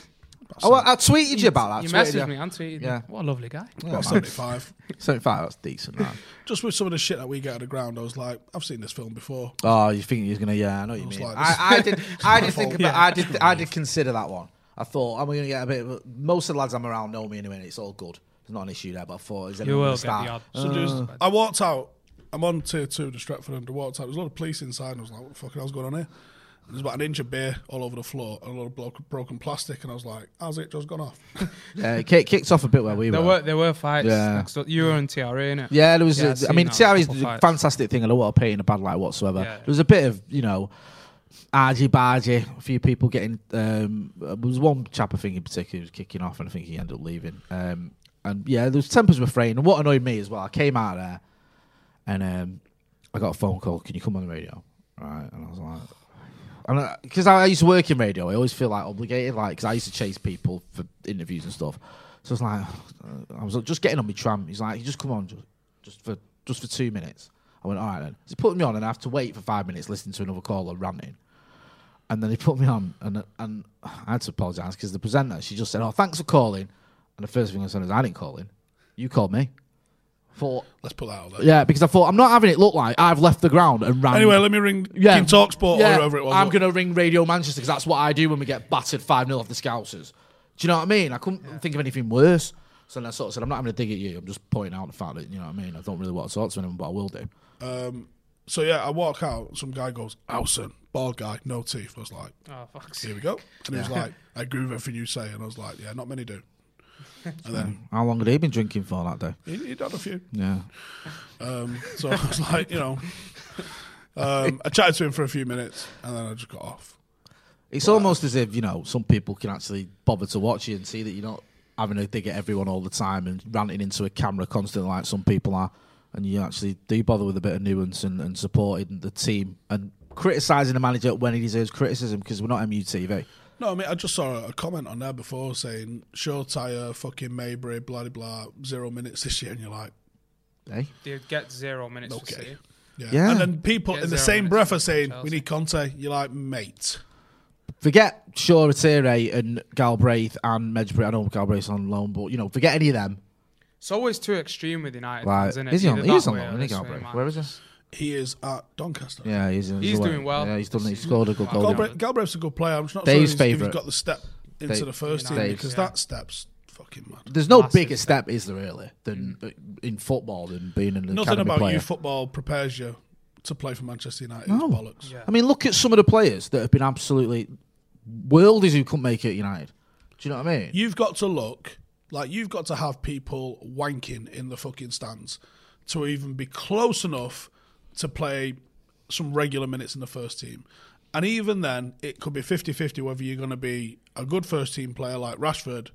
Speaker 3: oh, I, I tweeted you about that.
Speaker 4: You
Speaker 3: tweeted
Speaker 4: messaged me and tweeted.
Speaker 3: Yeah.
Speaker 4: Yeah. What a lovely guy.
Speaker 3: Yeah,
Speaker 2: About
Speaker 3: man.
Speaker 2: seventy five.
Speaker 3: 75, That's decent. That.
Speaker 2: Just with some of the shit that we get out of the ground, I was like, I've seen this film before.
Speaker 3: Oh, you think he's gonna? Yeah, I know what you
Speaker 2: was
Speaker 3: mean.
Speaker 2: like,
Speaker 3: I, I
Speaker 2: [LAUGHS]
Speaker 3: did. I did think
Speaker 2: fault.
Speaker 3: about. I did. I did consider that one. I thought, am I gonna get a bit? Of, most of the lads I'm around know me anyway. and It's all good. There's not an issue there. But I thought, is
Speaker 4: You
Speaker 3: anyone
Speaker 4: will
Speaker 3: gonna
Speaker 4: get the
Speaker 3: start?
Speaker 4: odd.
Speaker 2: So
Speaker 3: Uh.
Speaker 2: just, I walked out. I'm on tier two of the Stratford and I walked out. There's a lot of police inside. And I was like, what the fucking hell's going on here? And There's about an inch of beer all over the floor and a lot of blo- broken plastic. And I was like, how's it just gone off? [LAUGHS]
Speaker 3: Yeah, it ki- Uh, kicked off a bit where we
Speaker 4: There
Speaker 3: were.
Speaker 4: were there were fights.
Speaker 3: Yeah.
Speaker 4: Next door. You were in TRA, innit?
Speaker 3: Yeah, there was.
Speaker 4: Yeah,
Speaker 3: a-
Speaker 4: I've
Speaker 3: I
Speaker 4: seen
Speaker 3: mean,
Speaker 4: that,
Speaker 3: TRA is
Speaker 4: couple
Speaker 3: a
Speaker 4: fights.
Speaker 3: fantastic thing, and I won't pay in a bad light whatsoever.
Speaker 4: Yeah.
Speaker 3: There was a bit of, you know, argy bargy, a few people getting. Um, there was one chap I think in particular who was kicking off, and I think he ended up leaving. Um, and yeah, those tempers were fraying. And what annoyed me as well, I came out of there, and um, I got a phone call. Can you come on the radio? Right, and I was like. And because I, I used to work in radio, I always feel like obligated, like because I used to chase people for interviews and stuff. So I was like, I was just getting on my tram. He's like, just come on, just, just for just for two minutes. I went, all right then. So he put me on, and I have to wait for five minutes listening to another caller ranting. And then he put me on, and and I had to apologise because the presenter she just said, "Oh, thanks for calling," and the first thing I said is, "I didn't call in, you called me." Thought,
Speaker 2: Let's put that out there.
Speaker 3: yeah, because I thought I'm not having it look like I've left the ground and ran.
Speaker 2: Anyway, let me ring
Speaker 3: yeah,
Speaker 2: Team Talksport
Speaker 3: yeah,
Speaker 2: or whoever it was.
Speaker 3: I'm gonna ring Radio Manchester because that's what I do when we get battered five 0 off the Scousers. Do you know what I mean? I couldn't think of anything worse. So then I sort of said, I'm not having a dig at you. I'm just pointing out the fact that you know what I mean. I don't really want to talk to anyone, but I will do.
Speaker 2: So yeah, I walk out. Some guy goes, "Alson, bald guy, no teeth." I was like,
Speaker 4: Oh, fuck's
Speaker 2: "Here we go." And he was like, "I agree with everything you say." And I was like, "Yeah, not many do." And then
Speaker 3: How long had he been drinking for that day?
Speaker 2: he, he done a few.
Speaker 3: Yeah.
Speaker 2: Um, so I
Speaker 3: [LAUGHS]
Speaker 2: was like, you know, um, I chatted to him for a few minutes, and then I just got off.
Speaker 3: It's almost as if you know some people can actually bother to watch you and see that you're not having a dig at everyone all the time and ranting into a camera constantly like some people are, and you actually do bother with a bit of nuance and, and supporting the team and criticising the manager when he deserves criticism because we're not MUTV.
Speaker 2: No, I mean, I just saw a comment on there before saying, "Short tire, fucking Maybury, blah de blah, zero minutes this year," and you're like,
Speaker 3: Eh?
Speaker 4: You get zero minutes
Speaker 2: Okay.
Speaker 4: for City.
Speaker 2: "Yeah."
Speaker 3: Yeah.
Speaker 2: And then people
Speaker 4: Yeah,
Speaker 2: in the
Speaker 4: zero
Speaker 2: same
Speaker 4: minutes
Speaker 2: breath
Speaker 4: for
Speaker 2: are saying,
Speaker 4: Chelsea.
Speaker 2: "We need Conte." You're like, "Mate,
Speaker 3: Forget Shaw, Atire and Galbraith and Medjbury. I know Galbraith's on loan, but you know, forget any of them.
Speaker 4: It's always too extreme with United
Speaker 3: Like,
Speaker 4: fans, isn't it?
Speaker 3: is he on?
Speaker 4: Either
Speaker 3: He is
Speaker 4: that
Speaker 3: on
Speaker 4: way or
Speaker 3: loan, isn't he,
Speaker 4: this way,
Speaker 3: Galbraith?
Speaker 4: man.
Speaker 3: Where is he?
Speaker 2: he is at Doncaster."
Speaker 3: Yeah, he's, he's,
Speaker 4: He's
Speaker 3: away.
Speaker 4: doing well.
Speaker 3: Yeah, he's done. it. He scored a good goal.
Speaker 4: Galbraith-
Speaker 3: yeah.
Speaker 2: Galbraith, Galbraith's a good player. I'm just not
Speaker 3: Dave's
Speaker 2: sure if he's
Speaker 3: favourite.
Speaker 2: got the step into
Speaker 3: Dave-
Speaker 2: the first team
Speaker 3: Dave.
Speaker 2: because
Speaker 4: Yeah.
Speaker 2: that step's fucking mad.
Speaker 3: There's no
Speaker 4: Massive
Speaker 3: bigger step, is there really, than uh, in football than being an
Speaker 2: Nothing
Speaker 3: academy
Speaker 2: about
Speaker 3: player.
Speaker 2: you football prepares you to play for Manchester United.
Speaker 3: No.
Speaker 2: It's bollocks.
Speaker 4: Yeah.
Speaker 3: I mean, look at some of the players that have been absolutely worldies who couldn't make it at United. Do you know what I mean?
Speaker 2: You've got to look like you've got to have people wanking in the fucking stands to even be close enough to play some regular minutes in the first team. And even then, it could be 50 50 whether you're going to be a good first team player like Rashford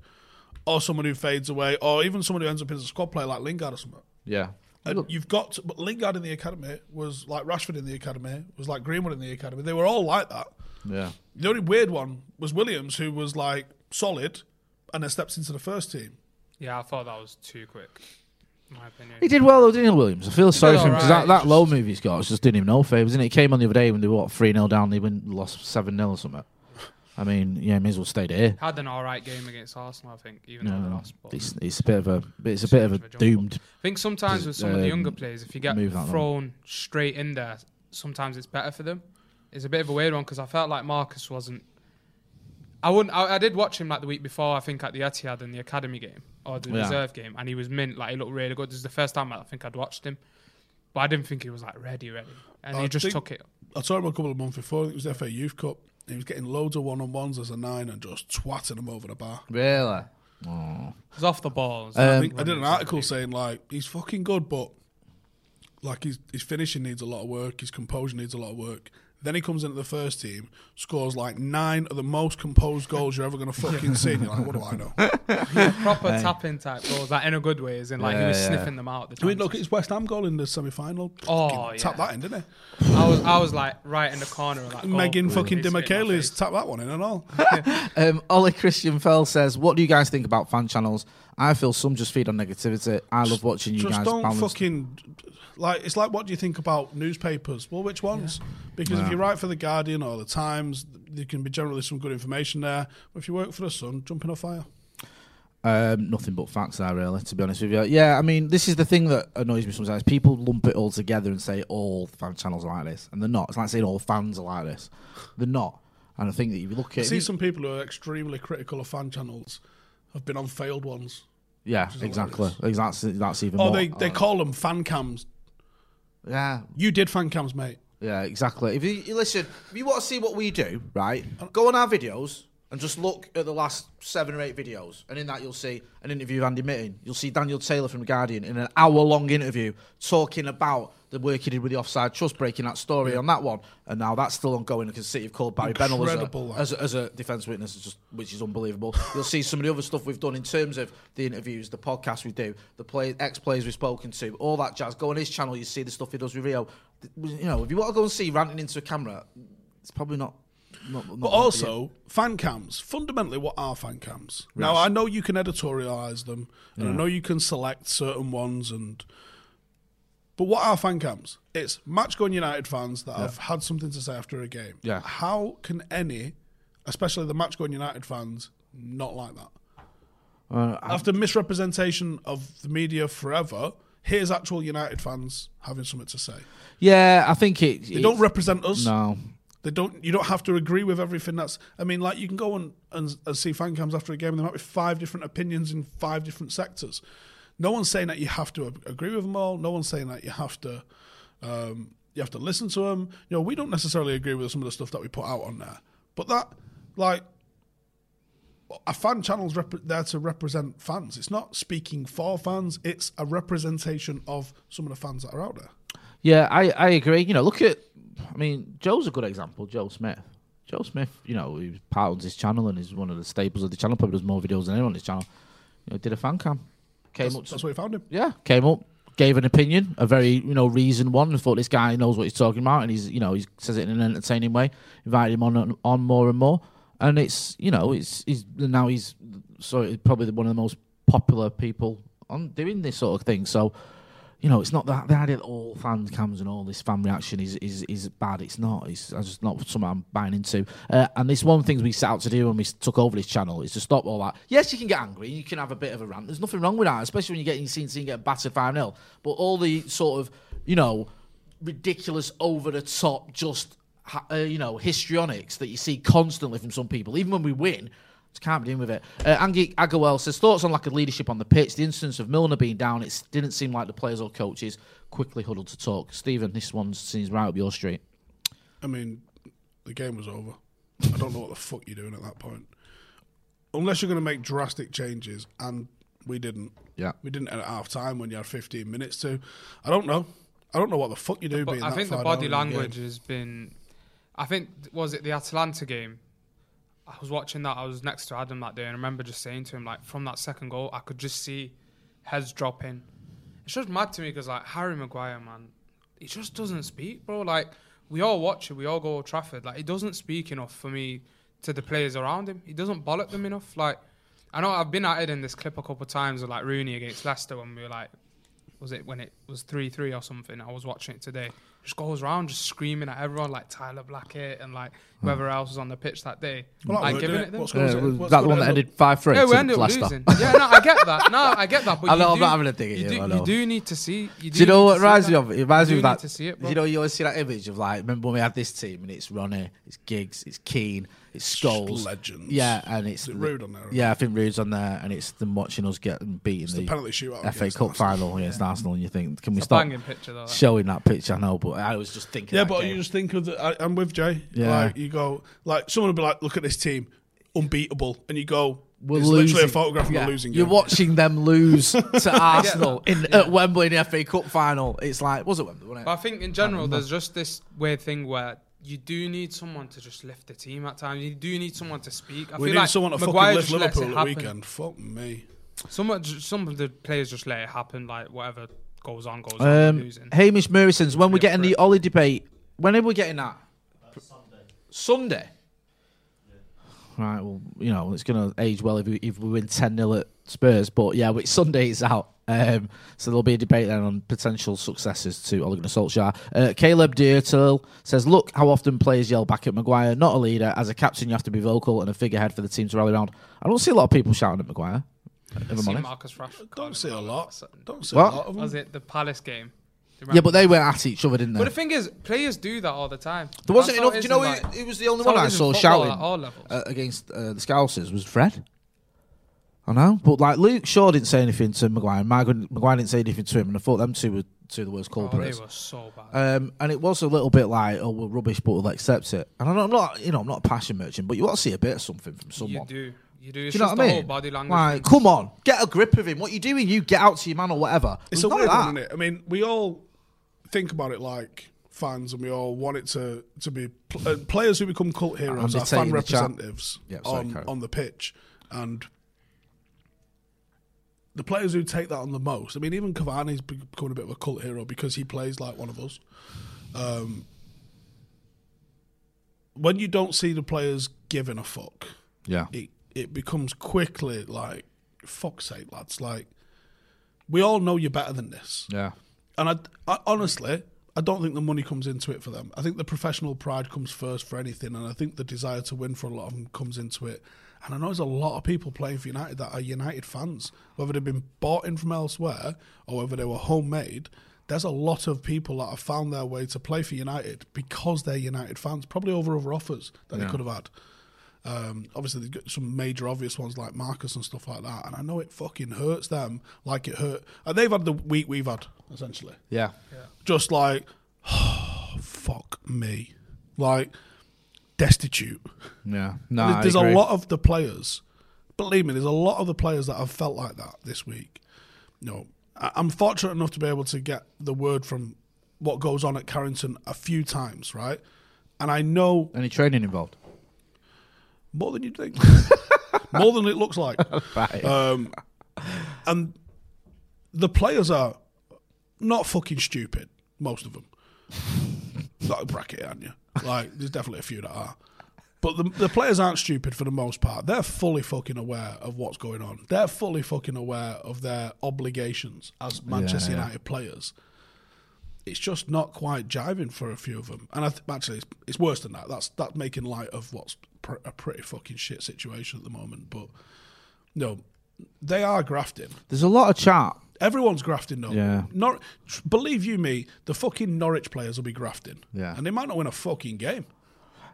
Speaker 2: or someone who fades away or even someone who ends up as a squad player like Lingard or something.
Speaker 3: yeah.
Speaker 2: And you've got, to, but Lingard in the academy was like Rashford in the academy, was like Greenwood in the academy. They were all like that.
Speaker 3: Yeah.
Speaker 2: The only weird one was Williams, who was like solid and then steps into the first team.
Speaker 4: Yeah, I thought that was too quick. In my opinion.
Speaker 3: He did well though, didn't he, Williams? I feel sorry for him because
Speaker 4: alright,
Speaker 3: that, that
Speaker 4: just-
Speaker 3: low move he's got it's just didn't him no favours, didn't it? It came on the other day when they were what, 3 0 down, they went lost 7 0 or something. I mean, yeah, may as well stay there.
Speaker 4: Had an alright game against Arsenal, I think, even though they
Speaker 3: No,
Speaker 4: lost. But
Speaker 3: it's, it's a bit of a it's a bit of a doomed.
Speaker 4: I think sometimes with some of
Speaker 3: um,
Speaker 4: the younger players, if you get
Speaker 3: move that one.
Speaker 4: thrown straight in there, sometimes it's better for them. It's a bit of a weird one because I felt like Marcus wasn't. I wouldn't. I, I did watch him like the week before. I think at the Etihad in the academy game or the
Speaker 3: Oh, Yeah.
Speaker 4: reserve game, and he was mint. Like he looked really good. This is the first time I think I'd watched him, but I didn't think he was like ready, ready, and
Speaker 2: I
Speaker 4: he just
Speaker 2: think-
Speaker 4: took it.
Speaker 2: I saw him a couple of months before. I think It was the FA Youth Cup. He was getting loads of one on ones as a nine and just twatting them over the bar.
Speaker 3: Really?
Speaker 4: It was off the ball. It was
Speaker 2: I,
Speaker 3: Um,
Speaker 4: like
Speaker 2: think, I did an
Speaker 4: running
Speaker 2: article
Speaker 4: somebody.
Speaker 2: saying like he's fucking good, but like his his finishing needs a lot of work. His composure needs a lot of work. Then he comes into the first team, scores like nine of the most composed goals you're ever going to fucking see. And you're like, what do I know?
Speaker 4: proper tapping type goals, like in a good way, as in like he
Speaker 3: Yeah,
Speaker 4: was
Speaker 3: yeah.
Speaker 4: sniffing them out. at The
Speaker 2: I mean, look,
Speaker 4: chances.
Speaker 2: his West Ham goal in the semi final.
Speaker 4: Oh,
Speaker 2: Tap
Speaker 4: yeah.
Speaker 2: that in, didn't he?
Speaker 4: I was I was like right in the corner of that. goal.
Speaker 2: Megan fucking
Speaker 4: It's hit my
Speaker 2: DeMichaelis
Speaker 4: face.
Speaker 2: tapped that one in and all.
Speaker 3: Um, Ollie Christian Fell says, "What do you guys think about fan channels? I feel some just feed on negativity. I love watching you
Speaker 2: Just
Speaker 3: guys
Speaker 2: don't
Speaker 3: balance
Speaker 2: fucking like. It's like, what do you think about newspapers? Well, which ones? Because if you write for the Guardian or the Times, there can be generally some good information there. But if you work for the Sun, jump in a fire.
Speaker 3: Um, nothing but facts there, really, to be honest with you. Yeah, I mean, this is the thing that annoys me sometimes. People lump it all together and say all fan channels are like this, and they're not. It's like saying all fans are like this. They're not. And I think that if you look
Speaker 2: I
Speaker 3: at
Speaker 2: see some people who are extremely critical of fan channels have been on failed ones,
Speaker 3: yeah, exactly. Exactly. That's even
Speaker 2: or
Speaker 3: more.
Speaker 2: Oh, they they call them fan cams.
Speaker 3: yeah,
Speaker 2: You did fan cams, mate.
Speaker 3: yeah, exactly. If you you listen, if you want to see what we do, right? Go on our videos and just look at the last seven or eight videos, and in that you'll see an interview of Andy Mitten. You'll see Daniel Taylor from the Guardian in an hour-long interview talking about the work he did with the offside trust, breaking that story on that one, and now that's still ongoing because City have called Barry Bennell as
Speaker 2: Incredible,
Speaker 3: a,
Speaker 2: that.
Speaker 3: as, a, as a defence witness, it's just, which is unbelievable. [LAUGHS] You'll see some of the other stuff we've done in terms of the interviews, the podcasts we do, the play, ex-players we've spoken to, all that jazz. Go on his channel, you see the stuff he does with Rio. Th- You know, if you want to go and see ranting into a camera, it's probably not. not, not
Speaker 2: But also, fan cams, fundamentally, what are fan cams? Now, I know you can editorialize them, and I know you can select certain ones, and but what are fan cams? It's match going United fans that have had something to say after a game.
Speaker 3: Yeah.
Speaker 2: How can any, especially the match going United fans,
Speaker 3: Uh,
Speaker 2: not like that? after misrepresentation of the media forever, here's actual United fans having something to say.
Speaker 3: Yeah, I think it.
Speaker 2: They don't represent us.
Speaker 3: No.
Speaker 2: They don't. You don't have to agree with everything. That's. I mean, like you can go and and, and see fan cams after a game, and there might be five different opinions in five different sectors. No one's saying that you have to ag- agree with them all. No one's saying that you have to. Um, you have to listen to them. You know, we don't necessarily agree with some of the stuff that we put out on there, but that, like, a fan channel's rep- there to represent fans. It's not speaking for fans. It's a representation of some of the fans that are out there.
Speaker 3: Yeah, I, I agree. You know, look at, I mean, Joe's a good example. Joe Smith. Joe Smith, you know, he part owns his channel and is one of the staples of the channel. Probably does more videos than anyone on his channel. You know, did a fan cam, came
Speaker 2: That's,
Speaker 3: up, to,
Speaker 2: that's where we found him.
Speaker 3: yeah, came up, gave an opinion, a very you know reasoned one. and Thought this guy knows what he's talking about, and he's you know he says it in an entertaining way. Invited him on on more and more, and it's you know it's he's now he's so probably one of the most popular people on doing this sort of thing. So. You know, it's not that the idea that all fan cams and all this fan reaction is is, is bad. It's not. It's, it's just not something I'm buying into. Uh, and it's one of the things we set out to do when we s- took over this channel is to stop all that. Yes, you can get angry. You can have a bit of a rant. There's nothing wrong with that, especially when you're getting seen seeing get battered 5 0. But all the sort of, you know, ridiculous, over the top, just, ha- uh, you know, histrionics that you see constantly from some people, even when we win, just can't be dealing with it. Uh, Angie Agarwal says thoughts on lack of leadership on the pitch. The instance of Milner being down, it didn't seem like the players or coaches quickly huddled to talk. Stephen, this one seems right up your street.
Speaker 2: I mean, the game was over. I don't know what the fuck you're doing at that point. Unless you're going to make drastic changes, and we didn't.
Speaker 3: Yeah.
Speaker 2: We didn't end at half time when you had 15 minutes to. I don't know. I don't know what the fuck you do.
Speaker 4: But
Speaker 2: being
Speaker 4: I
Speaker 2: that
Speaker 4: think the
Speaker 2: far
Speaker 4: body
Speaker 2: down in
Speaker 4: language
Speaker 2: game.
Speaker 4: has been. I think was it the Atalanta game? I was watching that. I was next to Adam that day, and I remember just saying to him, like, from that second goal, I could just see heads dropping. It's just mad to me because like Harry Maguire, man, he just doesn't speak, bro. Like we all watch it, we all go Old Trafford. Like he doesn't speak enough for me to the players around him. He doesn't bollock them enough. Like I know I've been at it in this clip a couple of times, with, like Rooney against Leicester when we were like was it when it was three three or something? I was watching it today. Just goes around just screaming at everyone like Tyler Blackett and like whoever else was on the pitch that day.
Speaker 2: Well, that
Speaker 4: like
Speaker 2: worked,
Speaker 4: giving
Speaker 2: didn't
Speaker 4: it
Speaker 2: it?
Speaker 4: them.
Speaker 2: What's going on? What's
Speaker 3: that
Speaker 2: going
Speaker 3: one
Speaker 2: on?
Speaker 3: that ended 5 3
Speaker 4: Yeah, we ended up
Speaker 3: [LAUGHS]
Speaker 4: losing. yeah, no, I get that. No, I get that. But
Speaker 3: I know,
Speaker 4: you
Speaker 3: I'm
Speaker 4: do,
Speaker 3: not having a dig at you,
Speaker 4: do,
Speaker 3: I know.
Speaker 4: You do need to see. You do,
Speaker 3: Do you know
Speaker 4: need
Speaker 3: what
Speaker 4: to see
Speaker 3: reminds me
Speaker 4: that.
Speaker 3: of? It reminds
Speaker 4: you
Speaker 3: me of
Speaker 4: do
Speaker 3: that.
Speaker 4: Need to see it, bro.
Speaker 3: you know, you always see that image of like, remember when we had this team and it's Ronnie, it's Giggs, it's Keane, it's Scholes.
Speaker 2: legends.
Speaker 3: Yeah, and it's.
Speaker 2: it Rude on there?
Speaker 3: Yeah, I think Rude's on there and it's them watching us get beaten the,
Speaker 2: the penalty shootout
Speaker 3: FA
Speaker 2: against
Speaker 3: Cup
Speaker 2: Arsenal.
Speaker 3: final against Arsenal and you think, can we
Speaker 4: It's a
Speaker 3: stop
Speaker 4: banging picture though. that.
Speaker 3: showing that picture? I know, but I was just thinking.
Speaker 2: Yeah,
Speaker 3: that
Speaker 2: but
Speaker 3: game.
Speaker 2: you just think of the. I, I'm with Jay.
Speaker 3: Yeah.
Speaker 2: Like you go, like someone will be like, "Look at this team, unbeatable," and you go,
Speaker 3: We're
Speaker 2: "It's
Speaker 3: losing.
Speaker 2: literally a photograph of a
Speaker 3: Yeah.
Speaker 2: losing."
Speaker 3: You're
Speaker 2: game.
Speaker 3: watching them
Speaker 2: [LAUGHS]
Speaker 3: lose to Arsenal in at Wembley in the FA Cup final. It's like, was it Wembley? Wasn't it?
Speaker 4: But I think in general, there's just this weird thing where you do need someone to just lift the team at times. You do need someone to speak. I
Speaker 2: We
Speaker 4: feel
Speaker 2: need
Speaker 4: like
Speaker 2: someone to
Speaker 4: Maguire
Speaker 2: fucking
Speaker 4: just
Speaker 2: lift
Speaker 4: lets
Speaker 2: Liverpool
Speaker 4: it
Speaker 2: at the
Speaker 4: happen.
Speaker 2: weekend. Fuck me.
Speaker 4: Some of, some of the players just let it happen. Like whatever goes on, goes on.
Speaker 3: Um,
Speaker 4: Losing.
Speaker 3: Hamish Murrison's when we're
Speaker 4: up
Speaker 3: getting
Speaker 4: for
Speaker 3: the Ollie debate. When are we getting that? Sunday. Sunday. Right. Well, you know it's going to age well if we, if we win ten 0 at Spurs. But yeah, it's Sunday it's out. Um, so there'll be a debate then on potential successors to Ole Gunnar Solskjaer. Uh, Caleb Deertel says, "Look how often players yell back at Maguire. Not a leader. As a captain, you have to be vocal and a figurehead for the team to rally around. I don't see a lot of people shouting at Maguire. If I'm
Speaker 4: See
Speaker 3: honest.
Speaker 4: Marcus Rashford.
Speaker 2: Don't see a lot. Don't see
Speaker 3: What?
Speaker 2: a lot of them.
Speaker 4: Was it the Palace game? Do you
Speaker 3: Yeah,
Speaker 4: remember?
Speaker 3: but they went at each other, didn't they?
Speaker 4: But the thing is, players do that all the time.
Speaker 3: There wasn't
Speaker 4: That's how
Speaker 3: enough. Do you
Speaker 4: it is
Speaker 3: know
Speaker 4: in
Speaker 3: who,
Speaker 4: life.
Speaker 3: who was the only
Speaker 4: That's
Speaker 3: one
Speaker 4: how it
Speaker 3: I
Speaker 4: is in
Speaker 3: saw
Speaker 4: football
Speaker 3: shouting
Speaker 4: at all levels.
Speaker 3: uh, against uh, the Scousers was Fred. I know, but like Luke Shaw didn't say anything to Maguire. Maguire, Maguire didn't say anything to him, and I thought them two were two of the worst
Speaker 4: Oh, they
Speaker 3: culprits.
Speaker 4: were so bad.
Speaker 3: um, and it was a little bit like, oh, we're rubbish, but we'll accept it. And I'm not, I'm not, you know, I'm not a passion merchant, but you want to see a bit of something from
Speaker 4: you
Speaker 3: someone.
Speaker 4: do. You do.
Speaker 3: Do
Speaker 4: It's
Speaker 3: you know
Speaker 4: just
Speaker 3: what I
Speaker 4: the
Speaker 3: mean?
Speaker 4: whole body language.
Speaker 3: like,
Speaker 4: thing.
Speaker 3: come on, get a grip of him. What you doing? You get out to your man or whatever.
Speaker 2: It's
Speaker 3: There's
Speaker 2: a
Speaker 3: none of
Speaker 2: weird
Speaker 3: that.
Speaker 2: one, is I mean, we all think about it like fans, and we all want it to to be pl- uh, players who become cult heroes
Speaker 3: I'm
Speaker 2: are fan
Speaker 3: dictating the chat.
Speaker 2: representatives
Speaker 3: Yeah, sorry,
Speaker 2: on
Speaker 3: carry on.
Speaker 2: on the pitch, and the players who take that on the most. I mean, even Cavani's be- becoming a bit of a cult hero because he plays like one of us. Um, when you don't see the players giving a fuck,
Speaker 3: Yeah,
Speaker 2: it it becomes quickly like fuck's sake, lads. Like we all know you're better than this,
Speaker 3: yeah,
Speaker 2: and I, I honestly I don't think the money comes into it for them. I think the professional pride comes first for anything, and I think the desire to win for a lot of them comes into it. And I know there's a lot of people playing for United that are United fans, whether they've been bought in from elsewhere or whether they were homemade. There's a lot of people that have found their way to play for United because they're United fans, probably over other offers that they could have had. Um, obviously, they've got some major obvious ones like Marcus and stuff like that. And I know it fucking hurts them like it hurt. And they've had the week we've had, essentially
Speaker 3: Yeah.
Speaker 2: just like, [SIGHS] fuck me, like destitute.
Speaker 3: Yeah. No, I
Speaker 2: there's a
Speaker 3: agree.
Speaker 2: lot of the players. Believe me, there's a lot of the players that have felt like that this week. No, I- I'm fortunate enough to be able to get the word from what goes on at Carrington a few times, right? And I know
Speaker 3: Any training involved?
Speaker 2: more than you think, more than it looks like.
Speaker 3: Right.
Speaker 2: Um, and the players are not fucking stupid, most of them. Not a bracket, aren't you? Like, there's definitely a few that are. But the, the players aren't stupid for the most part. They're fully fucking aware of what's going on. They're fully fucking aware of their obligations as Manchester United players. It's just not quite jiving for a few of them. And I th- actually, it's, it's worse than that. That's that's making light of what's pr- a pretty fucking shit situation at the moment. But no, they are grafting.
Speaker 3: there's a lot of chat.
Speaker 2: Everyone's grafting though.
Speaker 3: Yeah.
Speaker 2: Nor- tr- believe you me, the fucking Norwich players will be grafting.
Speaker 3: Yeah.
Speaker 2: And they might not win a fucking game.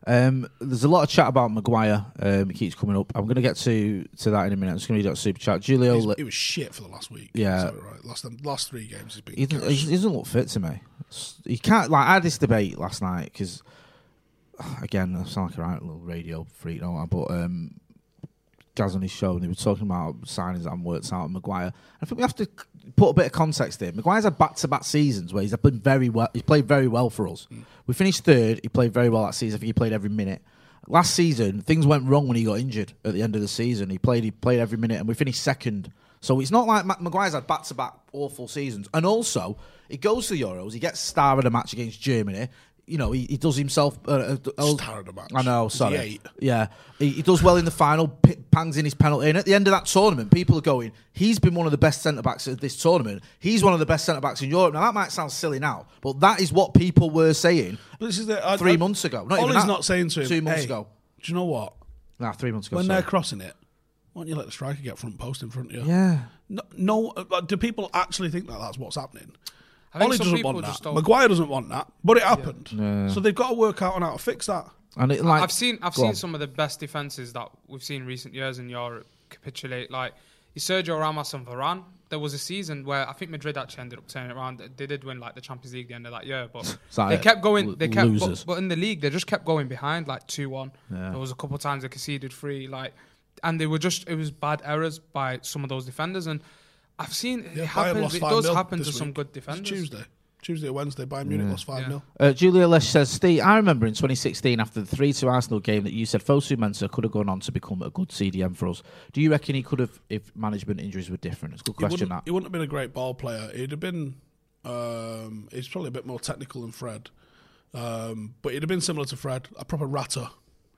Speaker 3: Um, there's a lot of chat about Maguire. Um, it keeps coming up. I'm going to get to to that in a minute. I'm just going to read out super chat. Julio,
Speaker 2: He's-
Speaker 3: li-
Speaker 2: It was shit for the last week.
Speaker 3: Yeah.
Speaker 2: Is that right. Last them last three games has been.
Speaker 3: he doesn't, he doesn't look fit to me. S- He can't. Like I had this debate last night because, [SIGHS] again, I sound like a right little radio freak, don't I? But um, guys on his show and they were talking about signings that haven't worked out. And Maguire, I think we have to c- put a bit of context here. Maguire's had back-to-back seasons where he's been very well. He's played very well for us. We finished third. He played very well that season. I think he played every minute. Last season, things went wrong when he got injured at the end of the season. He played. He played every minute, and we finished second. So it's not like Ma- Maguire's had back-to-back awful seasons. And also, he goes to the Euros. He gets star of the match against Germany. You know, he, he does himself. Uh, uh,
Speaker 2: Star of the match.
Speaker 3: I know.
Speaker 2: Is he
Speaker 3: Sorry.
Speaker 2: eight?
Speaker 3: Yeah, he, he does well in the final, p- pangs in his penalty, and at the end of that tournament, people are going, "He's been one of the best centre backs of this tournament. He's one of the best centre backs in Europe." Now that might sound silly now, but that is what people were saying
Speaker 2: But this is the, I-
Speaker 3: three
Speaker 2: I-
Speaker 3: months ago. Not
Speaker 2: All
Speaker 3: even
Speaker 2: he's
Speaker 3: that.
Speaker 2: not saying to him.
Speaker 3: Two months
Speaker 2: "Hey,
Speaker 3: ago.
Speaker 2: Do you know what?
Speaker 3: Nah, three months ago.
Speaker 2: When
Speaker 3: sorry.
Speaker 2: they're crossing it, why don't you let the striker get front post in front of you?
Speaker 3: yeah,
Speaker 2: No, no uh, do people actually think that that's what's happening?
Speaker 4: I think
Speaker 2: Ollie
Speaker 4: some
Speaker 2: doesn't
Speaker 4: people
Speaker 2: want
Speaker 4: just
Speaker 2: that.
Speaker 4: don't-
Speaker 2: Maguire doesn't want that, but it happened. So they've got to work out on how to fix that.
Speaker 3: and it, like
Speaker 4: I've seen I've
Speaker 3: go
Speaker 4: seen
Speaker 3: on.
Speaker 4: some of the best defenses that we've seen in recent years in Europe capitulate. Like Sergio Ramos and Varane. There was a season where I think Madrid actually ended up turning it around. They did win like the Champions League at the end of that year, but
Speaker 3: [LAUGHS] Sorry,
Speaker 4: they kept going. They
Speaker 3: l-
Speaker 4: kept,
Speaker 3: losers.
Speaker 4: but, but in the league they just kept going behind like two one. There was a couple times they conceded three, like, and they were just it was bad errors by some of those defenders. And I've seen it
Speaker 2: Yeah, Bayern
Speaker 4: happens.
Speaker 2: lost
Speaker 4: It
Speaker 2: 5
Speaker 4: does
Speaker 2: nil
Speaker 4: happen to
Speaker 2: this
Speaker 4: some
Speaker 2: week.
Speaker 4: good
Speaker 2: It's
Speaker 4: defenders.
Speaker 2: Tuesday, Tuesday, or Wednesday, Bayern Munich lost five 0
Speaker 3: Uh, Julia Lesh says, Steve, I remember in 2016 after the 3 2 Arsenal game that you said Fosu Mensah could have gone on to become a good CDM for us. Do you reckon he could have if management injuries were different? It's a good
Speaker 2: He
Speaker 3: question,
Speaker 2: wouldn't,
Speaker 3: that.
Speaker 2: he wouldn't have been a great ball player. He'd have been. Um, he's probably a bit more technical than Fred, um, but he'd have been similar to Fred, a proper ratter.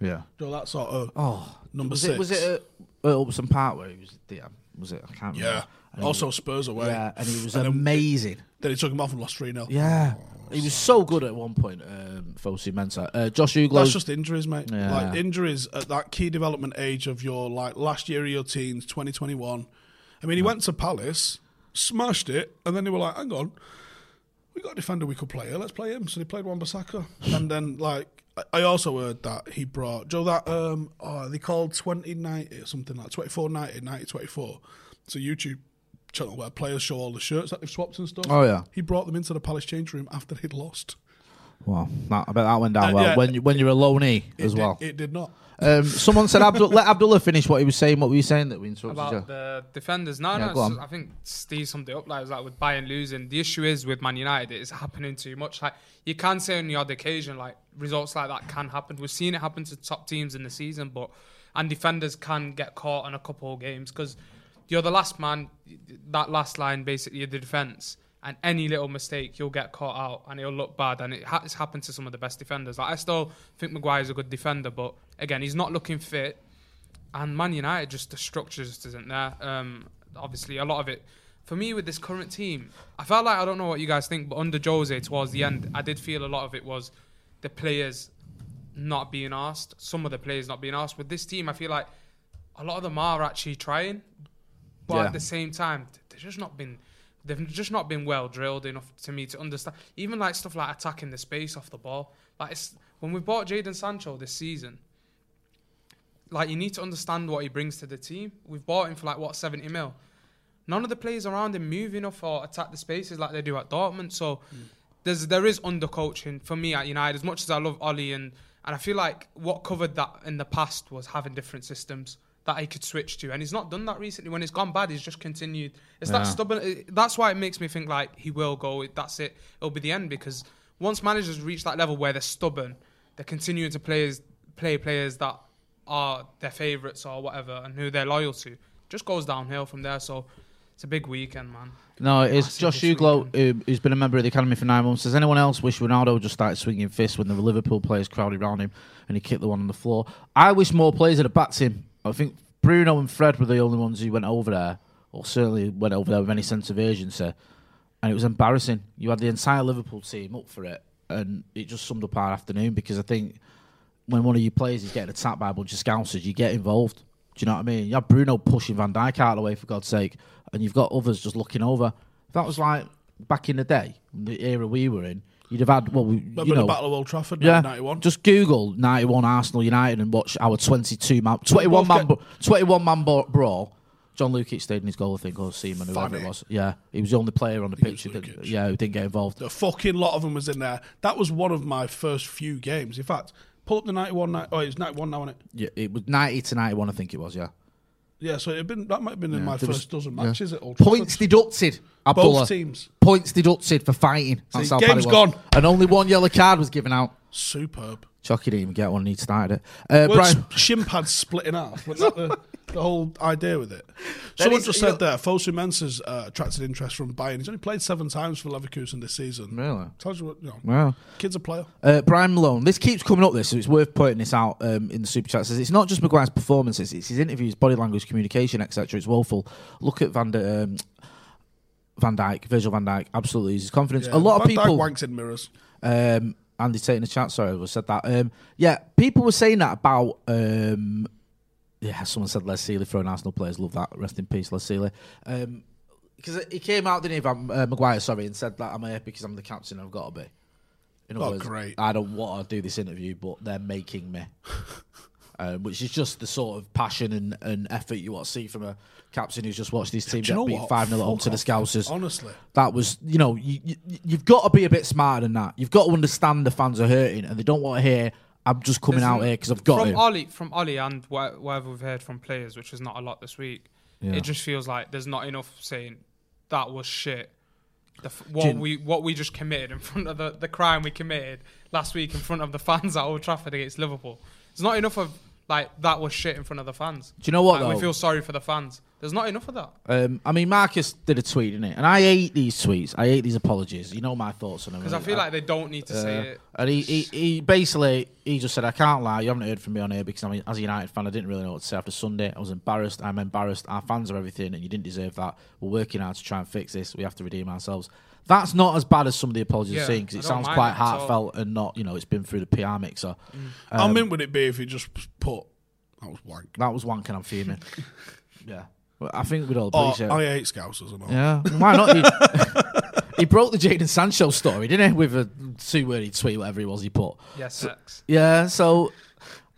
Speaker 3: Yeah.
Speaker 2: You know, that sort of
Speaker 3: Oh,
Speaker 2: number
Speaker 3: was
Speaker 2: six.
Speaker 3: It, was it at uh, Upson Park where he was DM? Was it? I can't remember.
Speaker 2: yeah.
Speaker 3: And he
Speaker 2: Also
Speaker 3: was-
Speaker 2: Spurs away.
Speaker 3: yeah, and he was
Speaker 2: And then,
Speaker 3: amazing.
Speaker 2: then he took him off and lost three 0
Speaker 3: yeah. He was so good at one point, um, Fosu Mensah. Uh, Josh Uglow.
Speaker 2: That's just injuries, mate.
Speaker 3: Yeah.
Speaker 2: Like injuries at that key development age of your like last year of your teens, twenty twenty one. I mean, he went to Palace, smashed it, and then they were like, "Hang on, we got a defender we could play here. Let's play him." So they played Wan Bissaka, and then like I- I also heard that he brought Joe that um oh, they called twenty ninety or something like 2490, 9024. It's a YouTube channel where players show all the shirts that they've swapped and stuff.
Speaker 3: Oh, yeah.
Speaker 2: he brought them into the Palace change room after they'd lost
Speaker 3: Wow, that, I bet that went down
Speaker 2: Uh,
Speaker 3: well.
Speaker 2: yeah.
Speaker 3: When, you, when you're a loanee as
Speaker 2: It did-
Speaker 3: well.
Speaker 2: It did not.
Speaker 3: um, someone said, Abdul, let Abdullah finish what he was saying. What were you saying that we interrupted
Speaker 4: about
Speaker 3: you?
Speaker 4: the defenders. No,
Speaker 3: Yeah,
Speaker 4: no,
Speaker 3: go
Speaker 4: it's-
Speaker 3: on.
Speaker 4: I think Steve summed it up like, it was like with Bayern losing. The issue is with Man United, it is happening too much. Like you can say on the odd occasion, like results like that can happen. We've seen it happen to top teams in the season, but and defenders can get caught in a couple of games because you're the last man. That last line, basically, of the defense. And any little mistake, you'll get caught out, and it'll look bad. And it ha- it's happened to some of the best defenders. Like I still think Maguire's a good defender, but again, he's not looking fit and Man United just the structure just isn't there. Um, obviously, a lot of it for me with this current team, I felt like I don't know what you guys think, but under Jose towards the end, I did feel a lot of it was the players not being asked. Some of the players not being asked. With this team, I feel like a lot of them are actually trying, but
Speaker 5: Yeah.
Speaker 4: at the same time, th- they've just not been they've just not been well drilled enough to me to understand. Even like stuff like attacking the space off the ball, like it's when we bought Jaden Sancho this season. Like you need to understand what he brings to the team. We've bought him for like what seventy mil. None of the players around him move enough or attack the spaces like they do at Dortmund. So there's there is undercoaching for me at United. As much as I love Ollie and and I feel like what covered that in the past was having different systems that he could switch to, and he's not done that recently. When it's gone bad, he's just continued. It's that stubborn. it- That's why it makes me think like he will go. That's it. It'll be the end because once managers reach that level where they're stubborn, they're continuing to players play players that are their favourites or whatever and who they're loyal to. Just goes downhill from there. So it's a big weekend, man.
Speaker 3: No, it's
Speaker 4: Massive
Speaker 3: Josh
Speaker 4: this
Speaker 3: Huglo, who, who's been a member of the academy for nine months. Does anyone else wish Ronaldo just started swinging fists when the Liverpool players crowded around him and he kicked the one on the floor? I wish more players had backed him. I think Bruno and Fred were the only ones who went over there, or certainly went over there with any sense of urgency. And it was embarrassing. You had the entire Liverpool team up for it, and it just summed up our afternoon because I think when one of your players is getting attacked by a bunch of scousers, you get involved. Do you know what I mean? You have Bruno pushing Van Dijk out of the way, for God's sake, and you've got others just looking over. If that was like back in the day, the era we were in, you'd have had, well, we,
Speaker 2: Remember
Speaker 3: you know,
Speaker 2: the Battle of Old Trafford,
Speaker 3: yeah,
Speaker 2: 1991?
Speaker 3: just Google 91 Arsenal United and watch our 22 man, 21 man,
Speaker 2: get-
Speaker 3: bra- 21 man bra- brawl. John Lukic stayed in his goal, I think, or Seaman, whoever it
Speaker 2: Funny.
Speaker 3: was. Yeah, he was the only player on the pitch who
Speaker 2: was
Speaker 3: didn't,
Speaker 2: Lukic.
Speaker 3: yeah, who didn't get involved.
Speaker 2: The fucking lot of them was in there. That was one of my first few games. In fact, pull up the 91. ni- Oh, it was 91 now, is it?
Speaker 3: Yeah, it was 90 to 91, I think it was, yeah.
Speaker 2: Yeah, so it had been, that might have been in my
Speaker 3: there
Speaker 2: first
Speaker 3: was-
Speaker 2: dozen matches at Old Trafford.
Speaker 5: Points deducted.
Speaker 2: Both
Speaker 5: Abdullah.
Speaker 2: teams.
Speaker 5: Points deducted for fighting. That's
Speaker 2: See,
Speaker 5: how bad it
Speaker 2: game's
Speaker 5: was.
Speaker 2: gone.
Speaker 5: And only one yellow card was given out.
Speaker 2: Superb.
Speaker 3: Chucky didn't even get one and he started it. Uh,
Speaker 2: Well,
Speaker 3: Brian,
Speaker 2: sp- shin pads split in half. Was that
Speaker 3: [LAUGHS]
Speaker 2: the, the whole idea with it? Someone
Speaker 5: is-
Speaker 2: just
Speaker 5: you're-
Speaker 2: said there, Fosu Mensah's uh, attracted interest from Bayern. He's only played seven times for Leverkusen this season.
Speaker 3: Really?
Speaker 2: Tells you what, you know,
Speaker 3: Wow.
Speaker 2: kid's a player.
Speaker 3: Uh, Brian Malone, this keeps coming up. This, so it's worth pointing this out um, in the super chat. Says it's not just Maguire's performances; it's his interviews, body language, communication, etc. It's woeful. Look at Van D- um, Van Dyke, Virgil Van Dyke. Absolutely, his confidence.
Speaker 2: Yeah.
Speaker 3: A lot of
Speaker 2: Van Dijk
Speaker 3: people.
Speaker 2: wanks in mirrors.
Speaker 3: Um, Andy Tate in the chat. Sorry, I said that. Um, yeah, people were saying that about. Um, yeah, someone said Les Seeley throwing Arsenal players. Love that. Rest in peace, Les Seeley. Um 'cause because he came out, didn't he, Van uh, Maguire? Sorry, and said that I'm here because I'm the captain. I've got to be. In other
Speaker 2: Oh,
Speaker 3: words,
Speaker 2: great.
Speaker 3: I don't want to do this interview, but they're
Speaker 2: [LAUGHS]
Speaker 3: making me. Uh, which is just the sort of passion and, and effort you want to see from a captain who's just watched his team
Speaker 2: Do you know
Speaker 3: get beat
Speaker 2: what?
Speaker 3: 5 0 at home
Speaker 2: Fuck
Speaker 3: to the
Speaker 2: off.
Speaker 3: Scousers
Speaker 2: Honestly.
Speaker 3: that was you know you, you, you've got to be a bit smarter than that you've got to understand the fans are hurting and they don't want to hear i'm just coming out here because i've got
Speaker 4: from
Speaker 3: to
Speaker 4: Ollie, from Ollie, and wha- whatever we've heard from players, which is not a lot this week. It just feels like there's not enough saying that was shit. The f- what
Speaker 3: Jin-
Speaker 4: we what we just committed in [LAUGHS] front of the, the crime we committed last week in front of the fans at Old Trafford against Liverpool. There's not enough of like that was shit in front of the fans.
Speaker 3: Do you know what,
Speaker 4: Like,
Speaker 3: though?
Speaker 4: we feel sorry for the fans. There's not enough of that.
Speaker 3: um, i mean marcus did a tweet didn't it and i hate these tweets i hate these apologies you know my thoughts on them
Speaker 4: Because I feel like they don't need to say
Speaker 3: Uh,
Speaker 4: it.
Speaker 3: and he, he, he basically he just said, "I can't lie. You haven't heard from me on here because I'm a- as a United fan, I didn't really know what to say after Sunday. I was embarrassed. I'm embarrassed. Our fans are everything, and you didn't deserve that. We're working hard to try and fix this. We have to redeem ourselves. That's not as bad as some of the apologies
Speaker 4: Yeah,
Speaker 3: I've seen because
Speaker 4: I
Speaker 3: it
Speaker 4: don't
Speaker 3: sounds
Speaker 4: mind
Speaker 3: quite
Speaker 4: that at all. Mm.
Speaker 3: heartfelt and not, you know, it's been through the PR mixer.
Speaker 2: How
Speaker 3: Um,
Speaker 2: mint would it be if he just put, that was wank.
Speaker 3: That was one can I'm
Speaker 4: [LAUGHS]
Speaker 3: fuming. yeah, well, I think we'd all
Speaker 2: Oh,
Speaker 3: appreciate.
Speaker 2: I
Speaker 3: it.
Speaker 2: hate Scousers and all.
Speaker 3: Yeah, why not? He, [LAUGHS] he broke the Jaden Sancho story, didn't he? With a two-worded tweet, whatever it was he put.
Speaker 4: Yes, sex.
Speaker 3: Yeah, so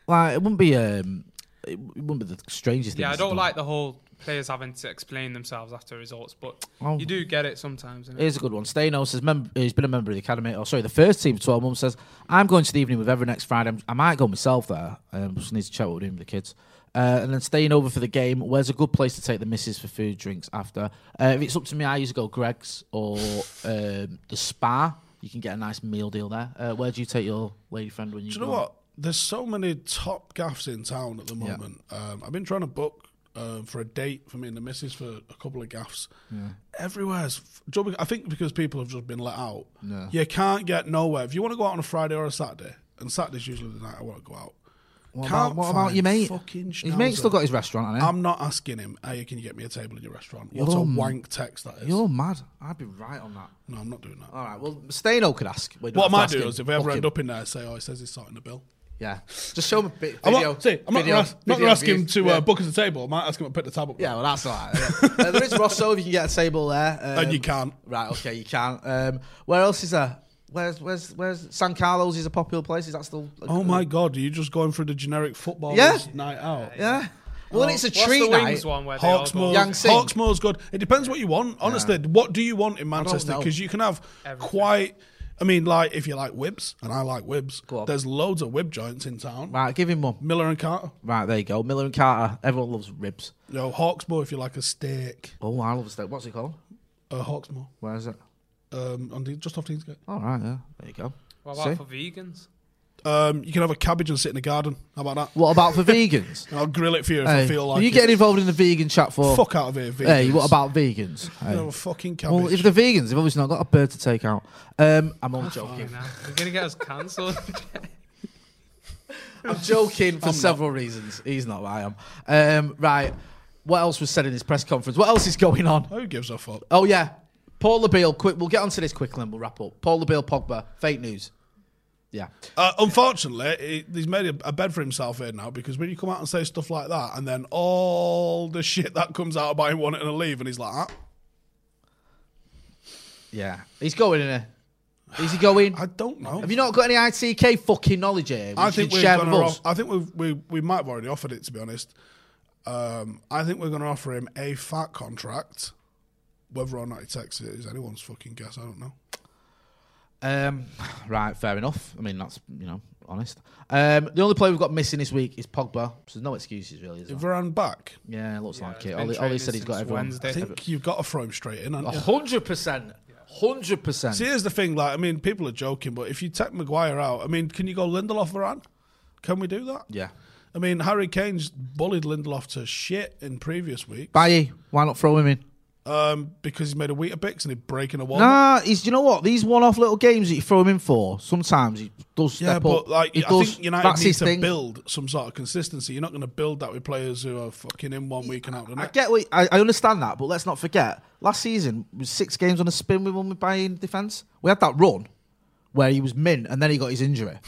Speaker 3: like it wouldn't be um it wouldn't be the strangest thing.
Speaker 4: Yeah, I
Speaker 3: to
Speaker 4: don't
Speaker 3: do.
Speaker 4: like the whole players having to explain themselves after results, but
Speaker 3: Oh.
Speaker 4: you do get it sometimes. innit?
Speaker 3: Here's a good one. Stano says mem- he's been a member of the academy. Oh, sorry, the first team for 12 months says I'm going to the evening with every next Friday. I'm- i might go myself there. Um, just need to check what we're doing with the kids. Uh, and then staying over for the game. Where's a good place to take the missus for food, drinks after? Uh, if it's up to me, I usually go Greg's or um, the spa. You can get a nice meal deal there. Uh, where do you take your lady friend when you?
Speaker 2: Do you know
Speaker 3: go?
Speaker 2: what? There's so many top gaffs in town at the moment. Um, I've been trying to book uh, for a date for me and the missus for a couple of gaffs. Everywhere's. do you know, I think because people have just been let out, you can't get nowhere. If you want to go out on a Friday or a Saturday, and Saturday's usually the night I want to go out.
Speaker 3: What about, what about
Speaker 2: find
Speaker 3: your mate?
Speaker 2: Fucking
Speaker 3: His mate's still
Speaker 2: schnauzer.
Speaker 3: got his restaurant. hasn't he?
Speaker 2: I'm not asking him, hey, can you get me a table in your restaurant? What
Speaker 3: You're
Speaker 2: a
Speaker 3: m-
Speaker 2: wank text that is.
Speaker 3: You're mad. I'd be right on that.
Speaker 2: No, I'm not doing that.
Speaker 3: All right. Well, Staino could ask. We
Speaker 2: What
Speaker 3: don't
Speaker 2: I
Speaker 3: have to
Speaker 2: might
Speaker 3: ask
Speaker 2: do
Speaker 3: him.
Speaker 2: is if I ever
Speaker 3: Fuck
Speaker 2: end
Speaker 3: him.
Speaker 2: up in there, say, oh, it says he's sorting the bill.
Speaker 3: Yeah. Just show him a bit.
Speaker 2: I'm
Speaker 3: Video,
Speaker 2: not, see, I'm not
Speaker 3: video-
Speaker 2: gonna ask, not
Speaker 3: video
Speaker 2: gonna ask him
Speaker 3: reviews.
Speaker 2: to
Speaker 3: yeah.
Speaker 2: uh, book us a table. I might ask him to pick the tab up.
Speaker 3: Yeah, well, that's all right. yeah. Uh, there is Rosso if you can get a
Speaker 2: [LAUGHS]
Speaker 3: table there. Um,
Speaker 2: you can't.
Speaker 3: Right, okay, you can't. Um, where else is there? Where's where's where's San Carlos is a popular place? Is that still?
Speaker 2: Oh my god, are you just going through the generic football
Speaker 3: Yeah.
Speaker 2: night out?
Speaker 3: Yeah. Well, it's a
Speaker 4: What's
Speaker 3: treat
Speaker 4: the wings
Speaker 3: night.
Speaker 4: one where they all go-
Speaker 2: Hawksmoor,
Speaker 3: Yang Sing.
Speaker 2: Hawksmoor's good. It depends what you want. Honestly, what do you want in Manchester?
Speaker 3: know.
Speaker 2: Because you can have quite. I mean, like if you like Wibs, and I like Wibs,
Speaker 3: on.
Speaker 2: there's loads of Wib joints in town.
Speaker 3: Right, give him one.
Speaker 2: Miller and Carter.
Speaker 3: Right, there you go. Miller and Carter. Everyone loves ribs.
Speaker 2: Yo, Hawksmoor, if you like a steak,
Speaker 3: Oh, I love a steak. What's it called?
Speaker 2: uh, Hawksmoor,
Speaker 3: Where is it?
Speaker 2: um, on the, just off Deansgate.
Speaker 3: All right, yeah. There you go.
Speaker 4: What
Speaker 3: See?
Speaker 4: about for vegans?
Speaker 2: Um, you can have a cabbage and sit in the garden. How about that?
Speaker 3: What about for [LAUGHS] vegans?
Speaker 2: And I'll grill it for you if I
Speaker 3: Hey,
Speaker 2: feel like.
Speaker 3: are you
Speaker 2: it.
Speaker 3: getting involved in the vegan chat for?
Speaker 2: fuck out of here, vegans.
Speaker 3: Hey, what about
Speaker 2: [LAUGHS]
Speaker 3: vegans? Hey.
Speaker 2: No fucking cabbage.
Speaker 3: Well, if they're vegans, they've obviously not got a bird to take out. Um, I'm only
Speaker 4: You
Speaker 3: joking.
Speaker 4: know, you're gonna get
Speaker 2: [LAUGHS]
Speaker 4: us cancelled. [LAUGHS]
Speaker 3: I'm joking for several reasons. He's not. I am. Um, right. What else was said in this press conference? What else is going on?
Speaker 2: Who gives a fuck?
Speaker 3: Oh yeah, Paul Labille. Quick, we'll get onto this quickly and we'll wrap up. Paul Labille, Pogba, fake news. Yeah,
Speaker 2: Uh, unfortunately, he, he's made a, a bed for himself here now because when you come out and say stuff like that, and then all the shit that comes out about him wanting to leave, and he's like, "Ah,
Speaker 3: yeah. He's going in there. Is he going?
Speaker 2: I don't know.
Speaker 3: Have you not got any ITK fucking knowledge here? Which
Speaker 2: I think
Speaker 3: you
Speaker 2: we're
Speaker 3: share with
Speaker 2: gonna.
Speaker 3: us.
Speaker 2: off- I think we've, we we might have already offered it. To be honest, um, I think we're going to offer him a fat contract. Whether or not he takes it is anyone's fucking guess. I don't know.
Speaker 3: Um, right, fair enough. I mean, that's you know honest. Um, the only player we've got missing this week is Pogba. So there's no excuses really. Is
Speaker 2: Is
Speaker 3: there?
Speaker 2: Varane back?
Speaker 3: Yeah, it looks like it.
Speaker 4: been
Speaker 3: Ollie, Ollie
Speaker 4: training
Speaker 3: said he's got
Speaker 4: since
Speaker 3: everyone.
Speaker 4: Wednesday.
Speaker 2: I think you've got to throw him straight in. haven't you?
Speaker 3: hundred percent, hundred percent.
Speaker 2: See, here's the thing. Like, I mean, people are joking, but if you take Maguire out, I mean, can you go Lindelof Varane? Can we do that?
Speaker 3: Yeah.
Speaker 2: I mean, Harry Kane's bullied Lindelof to shit in previous week
Speaker 3: Baye, why not throw him in?
Speaker 2: um, because he's made a Weetabix and he's breaking a wall.
Speaker 3: Nah, he's. You know what? These one-off little games that you throw him in for, sometimes he does step
Speaker 2: yeah, but
Speaker 3: up.
Speaker 2: like,
Speaker 3: he
Speaker 2: I
Speaker 3: does.
Speaker 2: think United
Speaker 3: that's
Speaker 2: need
Speaker 3: his
Speaker 2: to
Speaker 3: thing.
Speaker 2: build some sort of consistency. You're not going to build that with players who are fucking in one week and out the
Speaker 3: I
Speaker 2: next.
Speaker 3: get. What, I, I understand that, but let's not forget. Last season was six games on a spin. We won with Baye in defence. We had that run where he was mint, and then he got his injury.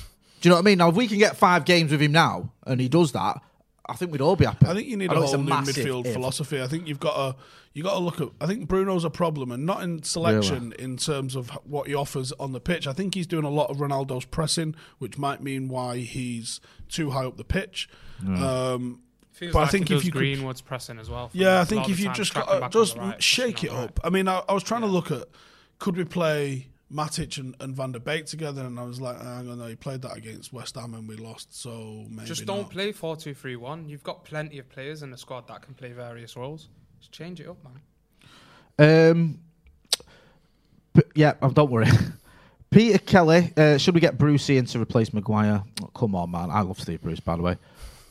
Speaker 3: Do you know what I mean? Now, if we can get five games with him now, and he does that, I think we'd all be happy.
Speaker 2: I think you need
Speaker 3: I
Speaker 2: a
Speaker 3: know it's
Speaker 2: whole new
Speaker 3: massive
Speaker 2: midfield
Speaker 3: if.
Speaker 2: philosophy. I think you've got to you got to look at. I think Bruno's a problem, and not in selection in terms of what he offers on the pitch. I think he's doing a lot of Ronaldo's pressing, which might mean why he's too high up the pitch. Um,
Speaker 4: Feels
Speaker 2: But I
Speaker 4: like
Speaker 2: think
Speaker 4: he
Speaker 2: if
Speaker 4: does
Speaker 2: you could-
Speaker 4: Greenwood's pressing as well. for me.
Speaker 2: Yeah, I
Speaker 4: It's a
Speaker 2: think
Speaker 4: lot of
Speaker 2: if
Speaker 4: the
Speaker 2: you
Speaker 4: time
Speaker 2: just
Speaker 4: tracking
Speaker 2: got
Speaker 4: back
Speaker 2: to
Speaker 4: on
Speaker 2: just
Speaker 4: the right,
Speaker 2: shake
Speaker 4: pushing
Speaker 2: it
Speaker 4: on the right.
Speaker 2: up. I mean, I, I was trying to look at could we play Matic and, and Van der Beek together, and I was like, "Ah, I don't know, he played that against West Ham and we lost, so maybe
Speaker 4: Just don't
Speaker 2: not.
Speaker 4: play 4 2 3 1. You've got plenty of players in the squad that can play various roles. Just change it up, man.
Speaker 3: Um, but yeah, oh, don't worry. [LAUGHS] Peter Kelly, uh, should we get Brucey in to replace Maguire? Oh, come on, man. I love Steve Bruce, by the way.
Speaker 2: See,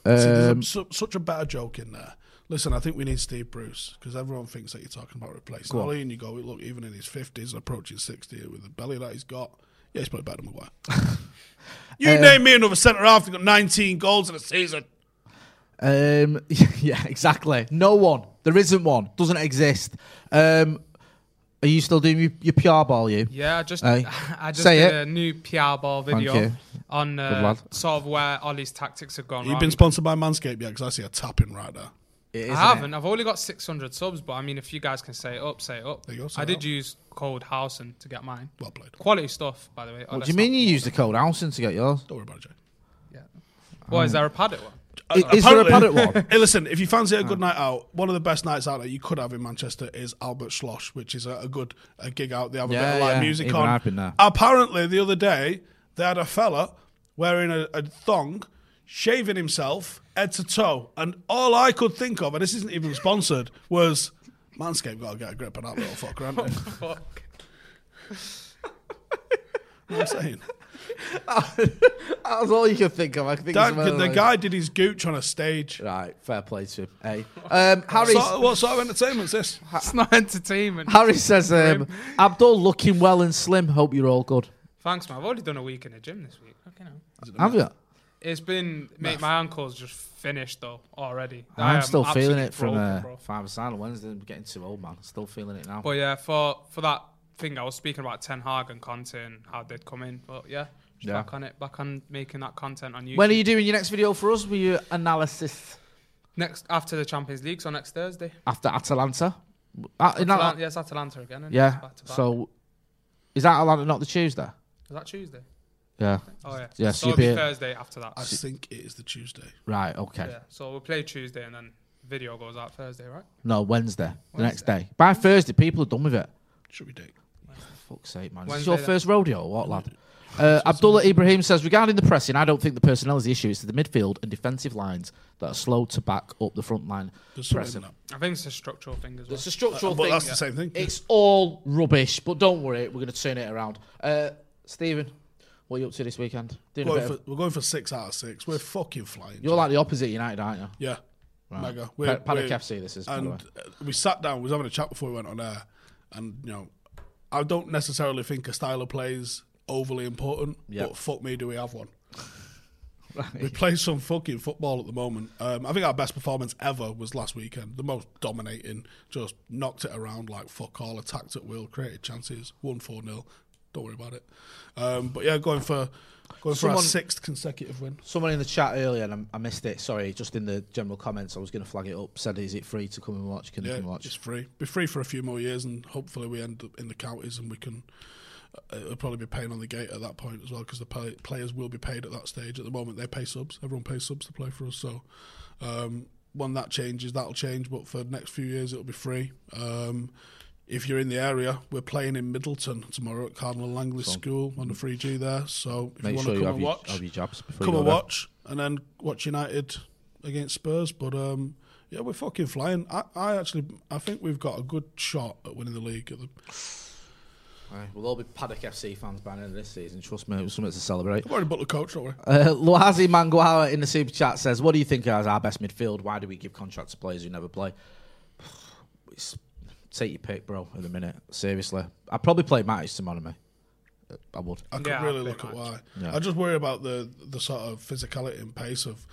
Speaker 2: there's a-
Speaker 3: Um,
Speaker 2: su- such a better joke in there. Listen, I think we need Steve Bruce because everyone thinks that you're talking about replacing Ollie, and you go, look, even in his fifties, approaching sixty, with the belly that he's got, yeah, he's probably better than Maguire. you name me another centre half who got 19 goals in a season.
Speaker 3: um, [LAUGHS] yeah, exactly. No one. There isn't one. Doesn't exist. Um, are you still doing your, your PR ball, you?
Speaker 4: Yeah, I just
Speaker 3: Aye.
Speaker 4: [LAUGHS] I just
Speaker 3: Say
Speaker 4: did
Speaker 3: it.
Speaker 4: a new PR ball video
Speaker 3: you.
Speaker 4: on uh,
Speaker 3: lad.
Speaker 4: sort of where Ollie's tactics have gone
Speaker 2: You've
Speaker 4: wrong.
Speaker 2: been sponsored by Manscaped, yeah? Because I see a tapping right there.
Speaker 3: It
Speaker 4: I
Speaker 3: isn't it?
Speaker 4: haven't. I've only got 600 subs, but I mean, if you guys can say it up, say it up.
Speaker 2: There you go, say
Speaker 4: I
Speaker 2: it
Speaker 4: did
Speaker 2: up.
Speaker 4: use code Housen to get mine.
Speaker 2: Well played.
Speaker 4: Quality stuff, by the way. Oh,
Speaker 3: What
Speaker 4: let's
Speaker 3: do you
Speaker 4: not
Speaker 3: mean you
Speaker 4: promote
Speaker 3: use the code Alson to get yours?
Speaker 2: Don't worry about it, Jay.
Speaker 4: it. Yeah. Well, is
Speaker 3: Um,
Speaker 4: there a padded
Speaker 3: [LAUGHS]
Speaker 4: one?
Speaker 3: Is, is there a
Speaker 2: Apparently-
Speaker 3: Paddock
Speaker 4: [LAUGHS]
Speaker 3: one?
Speaker 2: hey, listen, if you fancy a good night out, one of the best nights out that you could have in Manchester is Albert Schloss, which is a, a good a gig out. They have a
Speaker 3: Yeah,
Speaker 2: bit of live
Speaker 3: yeah.
Speaker 2: music
Speaker 3: Even
Speaker 2: on.
Speaker 3: I've been there.
Speaker 2: Apparently, the other day, they had a fella wearing a, a thong, shaving himself head to toe. And all I could think of, and this isn't even sponsored, was Manscaped got to get a grip on that little fucker, haven't they?
Speaker 4: Fuck.
Speaker 2: You know what I'm
Speaker 3: [LAUGHS]
Speaker 2: saying?
Speaker 3: That's all you can think of. I can think of
Speaker 2: That-
Speaker 3: something
Speaker 2: the
Speaker 3: else.
Speaker 2: guy did his gooch on a stage.
Speaker 3: Right, fair play to him. Hey, um, [LAUGHS] Harry's,
Speaker 2: Sort- what sort of entertainment's this?
Speaker 4: It's not entertainment.
Speaker 3: Harry says, um, Abdul looking well and slim. Hope you're all good.
Speaker 4: Thanks, man. I've already done a week in the gym this week. Fucking hell.
Speaker 3: Have you?
Speaker 4: It's been, mate, my ankle's just finished, though, already. I
Speaker 3: I'm
Speaker 4: am
Speaker 3: still feeling
Speaker 4: absolutely
Speaker 3: it from
Speaker 4: broken,
Speaker 3: uh,
Speaker 4: bro.
Speaker 3: five aside on Wednesday. I'm getting too old, man. Still feeling it now.
Speaker 4: But yeah, for for that thing I was speaking about Ten Hag and Conte and how they'd come in. But yeah, Just
Speaker 3: Yeah.
Speaker 4: back on it, back on making that content on YouTube.
Speaker 3: When are you doing your next video for us? Will your analysis
Speaker 4: next after the Champions League? So next Thursday.
Speaker 3: after Atalanta? Uh, in
Speaker 4: Atalan-
Speaker 3: Atal-
Speaker 4: yes, Atalanta again. isn't it?
Speaker 3: yeah.
Speaker 4: Back to back.
Speaker 3: So is that Atalanta not the Tuesday?
Speaker 4: is that Tuesday?
Speaker 3: Yeah.
Speaker 4: Oh yeah.
Speaker 3: Yeah, so
Speaker 4: So
Speaker 3: you'll
Speaker 4: it'll be
Speaker 3: be-
Speaker 4: Thursday after that.
Speaker 2: I think it is the Tuesday.
Speaker 3: Right. Okay.
Speaker 4: Yeah. So we'll play Tuesday and then video goes out Thursday, right?
Speaker 3: No, Wednesday, The next day. By Thursday, people are done with it.
Speaker 2: Should we date?
Speaker 3: Fuck's sake, man. is this
Speaker 4: Wednesday
Speaker 3: your
Speaker 4: then. Mm-hmm.
Speaker 3: first rodeo or what, lad? Uh, Abdullah Ibrahim says, regarding the pressing, I don't think the personnel is the issue. It's the midfield and defensive lines that are slow to back up the front line.
Speaker 2: There's
Speaker 3: pressing.
Speaker 2: something in that.
Speaker 4: I think it's a structural thing as well.
Speaker 3: It's a structural
Speaker 2: Uh, But
Speaker 3: thing.
Speaker 2: that's the same thing.
Speaker 3: It's all rubbish, but don't worry, we're going to turn it around. Uh, Stephen, what are you up to this weekend? Doing a
Speaker 2: We're
Speaker 3: bit
Speaker 2: going,
Speaker 3: of-
Speaker 2: for, we're going for six out of six. We're fucking flying.
Speaker 3: you're like the opposite United, aren't you?
Speaker 2: yeah, mega.
Speaker 3: Pa- Paddock FC this is, by the
Speaker 2: And
Speaker 3: way.
Speaker 2: uh, we sat down. We was having a chat before we went on air, and you know, I don't necessarily think a style of play is overly important,
Speaker 3: Yeah.
Speaker 2: but fuck me, do we
Speaker 3: [LAUGHS]
Speaker 2: have one? We play some fucking football at the moment. Um, I think our best performance ever was last weekend. The most dominating, just knocked it around like fuck all, attacked at will, created chances, won 4 0. Don't worry about it. Um, but yeah, going for going for our
Speaker 3: Someone-
Speaker 2: sixth consecutive win.
Speaker 3: Someone in the chat earlier, and I, I missed it. Sorry, just in the general comments, I was going to flag it up. Said, "Is it free to come and watch? Can you
Speaker 2: Yeah,
Speaker 3: come and watch?"
Speaker 2: it's free. Be free for a few more years, and hopefully we end up in the counties, and we can. uh, It'll probably be paying on the gate at that point as well, because the play, players will be paid at that stage. At the moment, they pay subs. Everyone pays subs to play for us. So, um, when that changes, that'll change. But for the next few years, it'll be free. Um, if you're in the area, we're playing in Middleton tomorrow at Cardinal Langley School on the free G there. So if
Speaker 3: Make
Speaker 2: you want
Speaker 3: sure
Speaker 2: to
Speaker 3: you
Speaker 2: come
Speaker 3: have
Speaker 2: and
Speaker 3: your,
Speaker 2: watch,
Speaker 3: have your jobs before
Speaker 2: come
Speaker 3: you
Speaker 2: and
Speaker 3: go there.
Speaker 2: watch, and then watch United against Spurs. But um, yeah, we're fucking flying. I, I actually, I think we've got a good shot at winning the league. At the,
Speaker 3: Aye, we'll all be Paddock FC fans by the end of this season. Trust me, it was something to celebrate.
Speaker 2: I've already booked the coach, don't worry.
Speaker 3: [LAUGHS] Uh, Luazi Manguawa in the super chat says, "What do you think is our best midfield? Why do we give contracts to players who never play?" [SIGHS] It's, take your pick, bro. At the minute, seriously, I'd probably play Matic tomorrow, mate. Uh, I would.
Speaker 2: I could
Speaker 4: Yeah, I
Speaker 2: really
Speaker 4: think
Speaker 2: look at
Speaker 4: that-
Speaker 2: why. I just worry about the the sort of physicality and pace of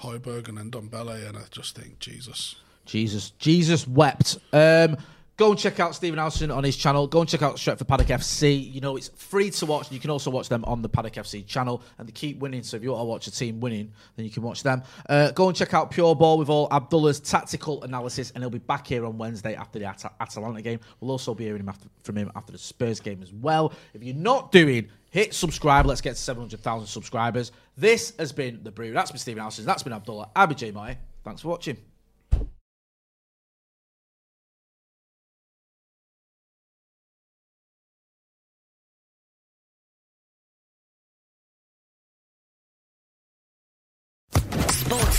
Speaker 2: Hoiberg and then Dombele, and I just think Jesus.
Speaker 3: Jesus, Jesus wept. Um, go and check out Stephen Alston on his channel. Go and check out Stretford Paddock FC. You know it's free to watch. You can also watch them on the Paddock FC channel, and they keep winning. So if you want to watch a team winning, then you can watch them. Uh, go and check out Pure Ball with all Abdullah's tactical analysis, and he'll be back here on Wednesday after the At- Atalanta game. We'll also be hearing him after, from him after the Spurs game as well. If you're not doing Hit subscribe. Let's get to 700,000 subscribers. This has been The Brew. That's been Stephen Alston. That's been Abdullah. I've been Jay Marty. Thanks for watching.
Speaker 6: Sports